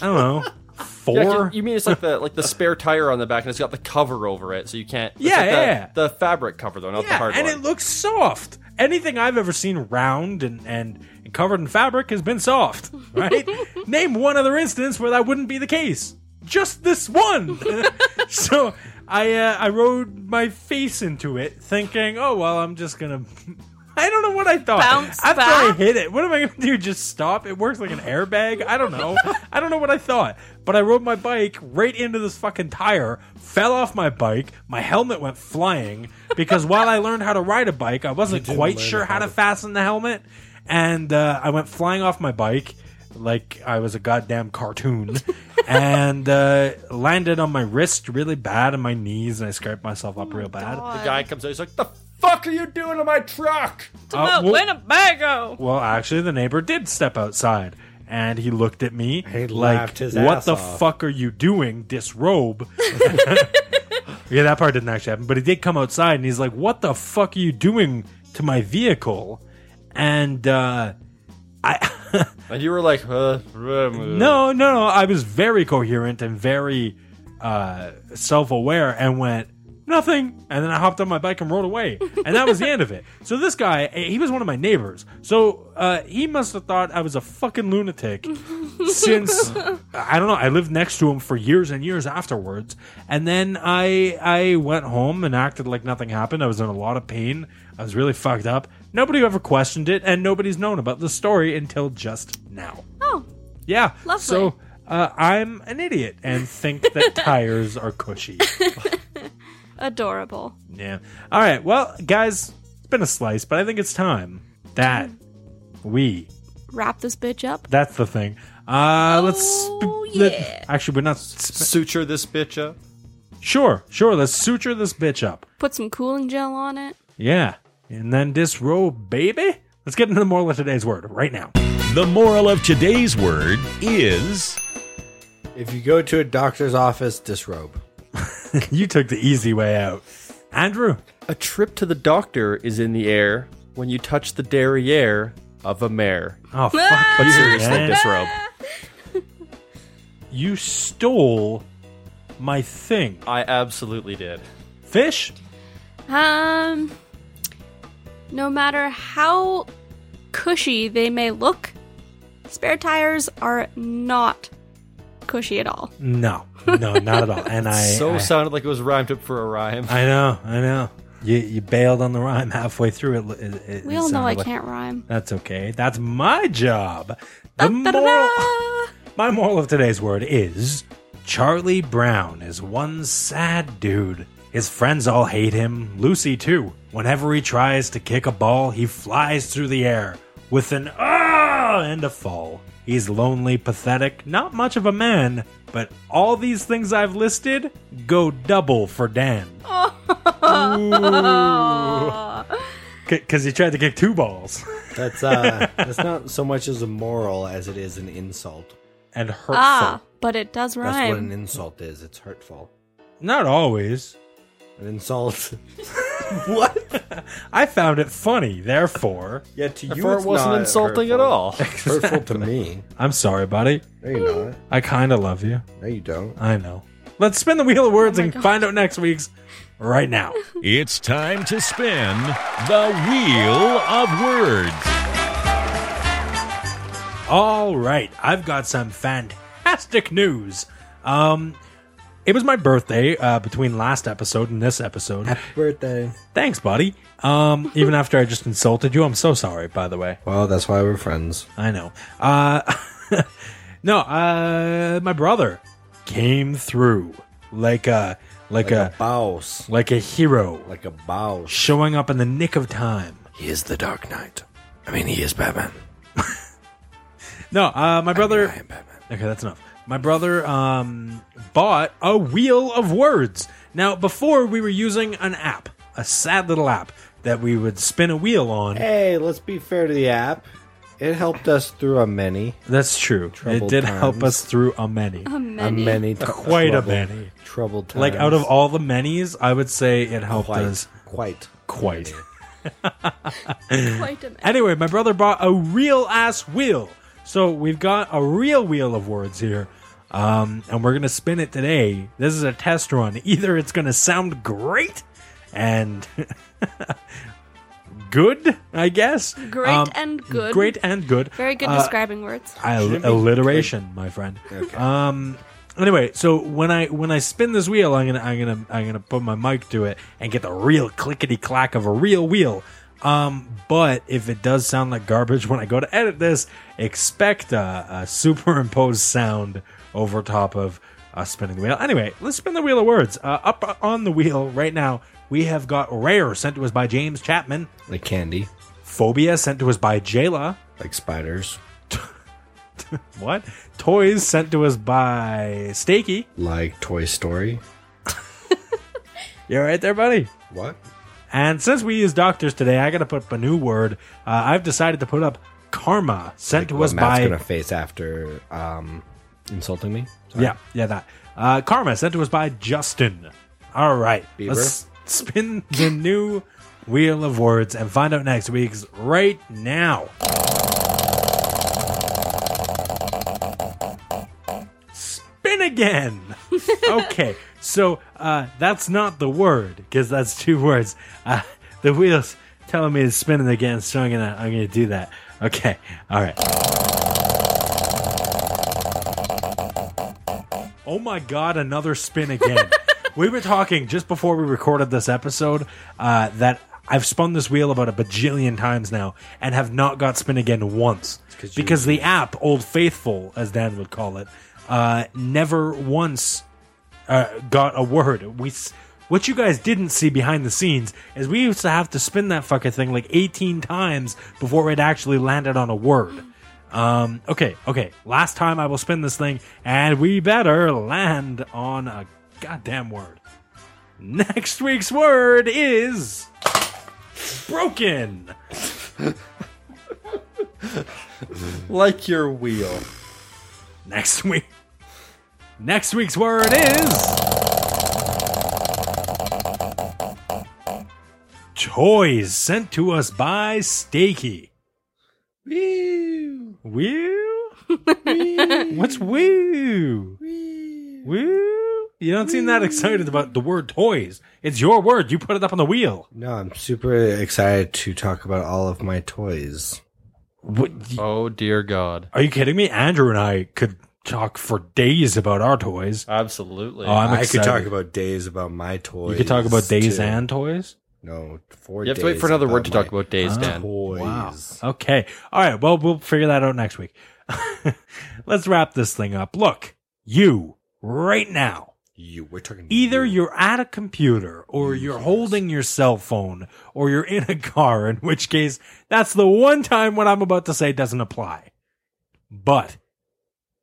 Speaker 1: I don't know. Four.
Speaker 3: Yeah, 'cause you mean it's like the like the spare tire on the back, and it's got the cover over it, so you can't. it's
Speaker 1: Yeah,
Speaker 3: like
Speaker 1: yeah.
Speaker 3: The, the fabric cover though, not the
Speaker 1: Yeah,
Speaker 3: hard
Speaker 1: and
Speaker 3: one.
Speaker 1: it looks soft. Anything I've ever seen round and, and, and covered in fabric has been soft, right? Name one other instance where that wouldn't be the case. Just this one. so I uh, I rode my face into it, thinking, oh well, I'm just gonna. I don't know what I thought.
Speaker 7: Bounce
Speaker 1: After I
Speaker 7: back?
Speaker 1: hit it, what am I gonna do? Just stop? It works like an airbag. I don't know. I don't know what I thought. But I rode my bike right into this fucking tire, fell off my bike, my helmet went flying because while I learned how to ride a bike, I wasn't quite sure how to fasten the helmet, and uh, I went flying off my bike like I was a goddamn cartoon, and uh, landed on my wrist really bad and my knees, and I scraped myself
Speaker 7: Oh
Speaker 1: up real bad.
Speaker 3: the guy comes out, he's like, "The fuck are you doing to my truck?"
Speaker 1: Uh, well-
Speaker 7: Winnebago.
Speaker 1: Well, actually, the neighbor did step outside, and he looked at me like,
Speaker 6: laughed his
Speaker 1: "What
Speaker 6: ass
Speaker 1: the
Speaker 6: off."
Speaker 1: fuck are you doing? Disrobe." yeah, that part didn't actually happen, but he did come outside, and he's like, "What the fuck are you doing to my vehicle?" And uh, I.
Speaker 3: And you were like, uh, "No."
Speaker 1: No, no, no. I was very coherent and very uh, self aware and went, nothing. And then I hopped on my bike and rode away. And that was the end of it. So this guy, eh, he was one of my neighbors. So uh, he must have thought I was a fucking lunatic since, I don't know, I lived next to him for years and years afterwards. And then I, I went home and acted like nothing happened. I was in a lot of pain. I was really fucked up. Nobody ever questioned it, and nobody's known about the story until just now.
Speaker 4: Oh,
Speaker 1: Yeah.
Speaker 4: Lovely.
Speaker 1: So uh, I'm an idiot and think that tires are cushy.
Speaker 4: adorable.
Speaker 1: Yeah. All right. Well, guys, it's been a slice, but I think it's time that we.
Speaker 4: Wrap this bitch up.
Speaker 1: That's the thing. Uh, let's.
Speaker 4: Oh,
Speaker 1: let-
Speaker 4: yeah.
Speaker 1: actually, we're not. Sp-
Speaker 3: Suture this bitch up.
Speaker 1: sure, sure. Let's suture this bitch up.
Speaker 4: Put some cooling gel on it.
Speaker 1: Yeah. And then disrobe, baby. Let's get into the moral of today's word right now.
Speaker 2: The moral of today's word is
Speaker 6: If you go to a doctor's office, disrobe.
Speaker 1: you took the easy way out. Andrew.
Speaker 3: A trip to the doctor is in the air when you touch the derriere of a mare.
Speaker 1: Oh, fuck.
Speaker 3: But
Speaker 1: you,
Speaker 3: seriously,
Speaker 1: man.
Speaker 3: disrobe.
Speaker 1: You stole my thing.
Speaker 3: I absolutely did.
Speaker 1: Fish?
Speaker 4: Um, no matter how cushy they may look, spare tires are not cushy at all.
Speaker 1: No, no, not at all. And I,
Speaker 3: so
Speaker 1: I,
Speaker 3: sounded like it was rhymed up for a rhyme.
Speaker 1: I know, I know. You you bailed on the rhyme halfway through. It. it, it
Speaker 4: We all know
Speaker 1: sounded
Speaker 4: I
Speaker 1: like-
Speaker 4: can't rhyme.
Speaker 1: That's okay. That's my job. The moral,
Speaker 4: Da-da-da-da!
Speaker 1: my moral of today's word is Charlie Brown is one sad dude. His friends all hate him, Lucy too. Whenever he tries to kick a ball, he flies through the air with an ah and a fall. He's lonely, pathetic, not much of a man, but all these things I've listed go double for Dan. Because he tried to kick two balls
Speaker 6: That's uh, that's not so much as a moral as it is an insult.
Speaker 1: and hurtful.
Speaker 4: Ah, but it does
Speaker 6: That's what an
Speaker 4: rhyme.
Speaker 6: insult is. It's hurtful.
Speaker 1: Not always.
Speaker 6: An insult. what?
Speaker 1: I found it funny, therefore.
Speaker 6: Yeah, to you
Speaker 3: Therefore, it
Speaker 6: it's
Speaker 3: wasn't
Speaker 6: not
Speaker 3: insulting
Speaker 6: hurtful.
Speaker 3: at all.
Speaker 6: Hurtful to me.
Speaker 1: I'm sorry, buddy.
Speaker 6: No, you're not.
Speaker 1: I kind of love you.
Speaker 6: No, you don't.
Speaker 1: I know. Let's spin the wheel of words and find out next week's right now.
Speaker 2: It's time to spin the wheel of words.
Speaker 1: All right, I've got some fantastic news. Um, it was my birthday uh, between last episode and this episode.
Speaker 6: Birthday.
Speaker 1: Thanks, buddy. Um, even after I just insulted you, I'm so sorry. By the way,
Speaker 6: Well, that's why we're friends.
Speaker 1: I know. Uh, no, uh, my brother came through like a like,
Speaker 6: Like
Speaker 1: a,
Speaker 6: a boss.
Speaker 1: like a hero,
Speaker 6: Like a boss.
Speaker 1: showing up in the nick of time.
Speaker 6: He is the Dark Knight. I mean, he is Batman.
Speaker 1: No, uh, my brother.
Speaker 6: I am Batman.
Speaker 1: Okay, that's enough. My brother um, bought a wheel of words. Now, before we were using an app, a sad little app that we would spin a wheel on.
Speaker 5: Eh.
Speaker 6: Hey, let's be fair to the app. It helped us through a many,
Speaker 1: That's true. It
Speaker 6: Troubled
Speaker 1: did help
Speaker 6: times.
Speaker 1: us through a many.
Speaker 4: A many.
Speaker 6: a many, t-
Speaker 1: Quite a
Speaker 6: troubled-
Speaker 1: many.
Speaker 6: troubled times.
Speaker 1: Like out of all the many's, I would say it helped
Speaker 6: quite,
Speaker 1: us
Speaker 6: quite.
Speaker 1: quite.
Speaker 4: Quite a many.
Speaker 1: Anyway, my brother bought a real ass wheel. So we've got a real wheel of words here. Um, and we're going to spin it today. This is a test run. Either it's going to sound great and good, I guess.
Speaker 4: Great
Speaker 1: Um,
Speaker 4: and good.
Speaker 1: Great and good.
Speaker 4: Very good
Speaker 1: Uh,
Speaker 4: describing words.
Speaker 1: I- alliteration, my friend. Um. Anyway, so when I when I spin this wheel, I'm gonna I'm gonna I'm gonna put my mic to it and get the real clickety clack of a real wheel. Um, but if it does sound like garbage when I go to edit this, expect a, a superimposed sound over top of us spinning the wheel. Anyway, let's spin the wheel of words. Uh, up on the wheel right now, we have got rare sent to us by James Chapman,
Speaker 6: Like candy,
Speaker 1: phobia sent to us by Jayla,
Speaker 6: like spiders,
Speaker 1: What? Toys sent to us by Stakey.
Speaker 6: like Toy Story.
Speaker 1: You're right there, buddy.
Speaker 6: What?
Speaker 1: And since we use doctors today, I gotta put up a new word. Uh, I've decided to put up karma sent to
Speaker 6: What
Speaker 1: us
Speaker 6: Matt's
Speaker 1: by
Speaker 6: gonna face after um, insulting me? Sorry.
Speaker 1: yeah, yeah, that uh, karma sent to us by Justin. All right,
Speaker 6: Bieber.
Speaker 1: let's spin the new wheel of words and find out next week's right now. spin again. okay, so uh, that's not the word because that's two words. Uh, the wheels telling me it's spinning again, so I'm gonna I'm gonna do that. Okay, all right. Oh my god, another spin again. we were talking just before we recorded this episode uh, that. I've spun this wheel about a bajillion times now and have not got spin again once because the app, Old Faithful, as Dan would call it, uh, never once uh, got a word. We s- what you guys didn't see behind the scenes is we used to have to spin that fucking thing like 18 times before it actually landed on a word. Um, okay, okay. Last time I will spin this thing, and we better land on a goddamn word. Next week's word is broken.
Speaker 3: Like your wheel.
Speaker 1: Next week. Next week's word is. Toys sent to us by Stakey. Woo! Woo! What's woo? Woo! You don't seem that excited about the word toys. It's your word. You put it up on the wheel.
Speaker 6: No, I'm super excited to talk about all of my toys.
Speaker 1: What,
Speaker 3: Oh dear God.
Speaker 1: are you kidding me? Andrew and I could talk for days about our toys.
Speaker 3: Absolutely.
Speaker 1: Oh, I'm
Speaker 6: i could
Speaker 1: excited.
Speaker 6: talk about days about my toys.
Speaker 1: You could talk about days
Speaker 6: too.
Speaker 1: and toys.
Speaker 6: no. Four
Speaker 3: you have to wait
Speaker 6: days
Speaker 3: for another
Speaker 6: about
Speaker 3: word to talk
Speaker 6: my
Speaker 3: about days, Dan.
Speaker 6: Toys.
Speaker 1: Oh, Okay. All right. Well, we'll figure that out next week. Let's wrap this thing up. Look, you right now,
Speaker 6: You. We're talking
Speaker 1: either
Speaker 6: you.
Speaker 1: you're at a computer
Speaker 6: Mm,
Speaker 1: or you're holding your cell phone or you're in a car, in which case that's the one time what I'm about to say doesn't apply. But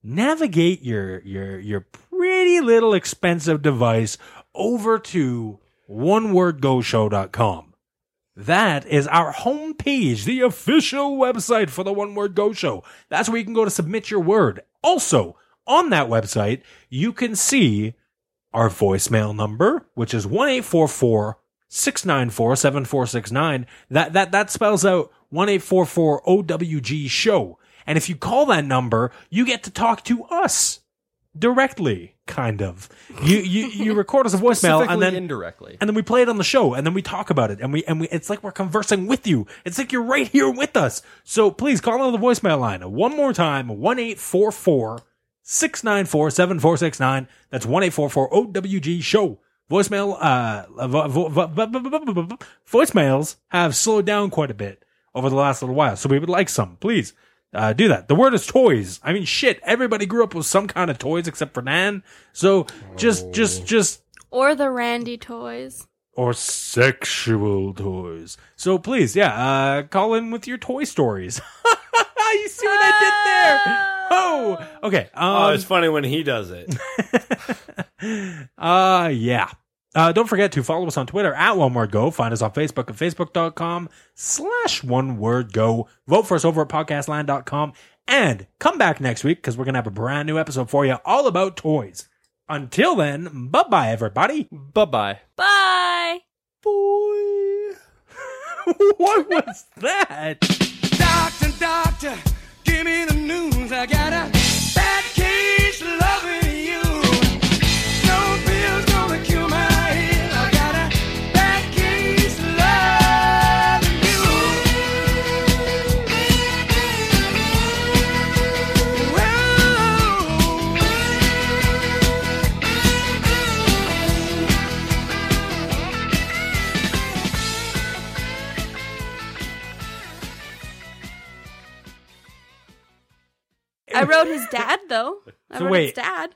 Speaker 1: navigate your, your, your pretty little expensive device over to onewordgoshow.com. That is our homepage, the official website for the One Word Go Show. That's where you can go to submit your word. Also, on that website, you can see our voicemail number, which is 1844 694 7469. That that that spells out 1844 OWG show. And if you call that number, you get to talk to us directly, kind of. You you you record us a voicemail
Speaker 3: Specifically
Speaker 1: and then
Speaker 3: indirectly.
Speaker 1: and then we play it on the show and then we talk about it and we and we it's like we're conversing with you it's like you're right here with us so please call on the voicemail line one more time 1844 694 7469 that's 1844 owg show voicemail uh vo- vo- vo- vo- vo- vo- vo- vo- voicemails have slowed down quite a bit over the last little while so we would like some please uh, do that. The word is toys. I mean, shit. Everybody grew up with some kind of toys except for Nan. So just, just, just
Speaker 4: Or the Randy toys.
Speaker 1: or sexual toys. So please, yeah, uh, call in with your toy stories. you see what I did there? Oh, okay.
Speaker 5: Oh,
Speaker 1: Um,
Speaker 5: it's funny when he does it.
Speaker 1: uh, yeah. Uh, don't forget to follow us on Twitter at One Word Go. Find us on Facebook at facebook.com slash One Word Go. Vote for us over at podcastline.com and come back next week because we're going to have a brand new episode for you all about toys. Until then, bye bye, everybody.
Speaker 3: Bye bye.
Speaker 4: Bye!
Speaker 1: what was that?
Speaker 9: Doctor, doctor, give me the news. I got a bad case of loving.
Speaker 4: I rode his dad though. I
Speaker 1: So
Speaker 4: rode
Speaker 1: wait.
Speaker 4: his dad.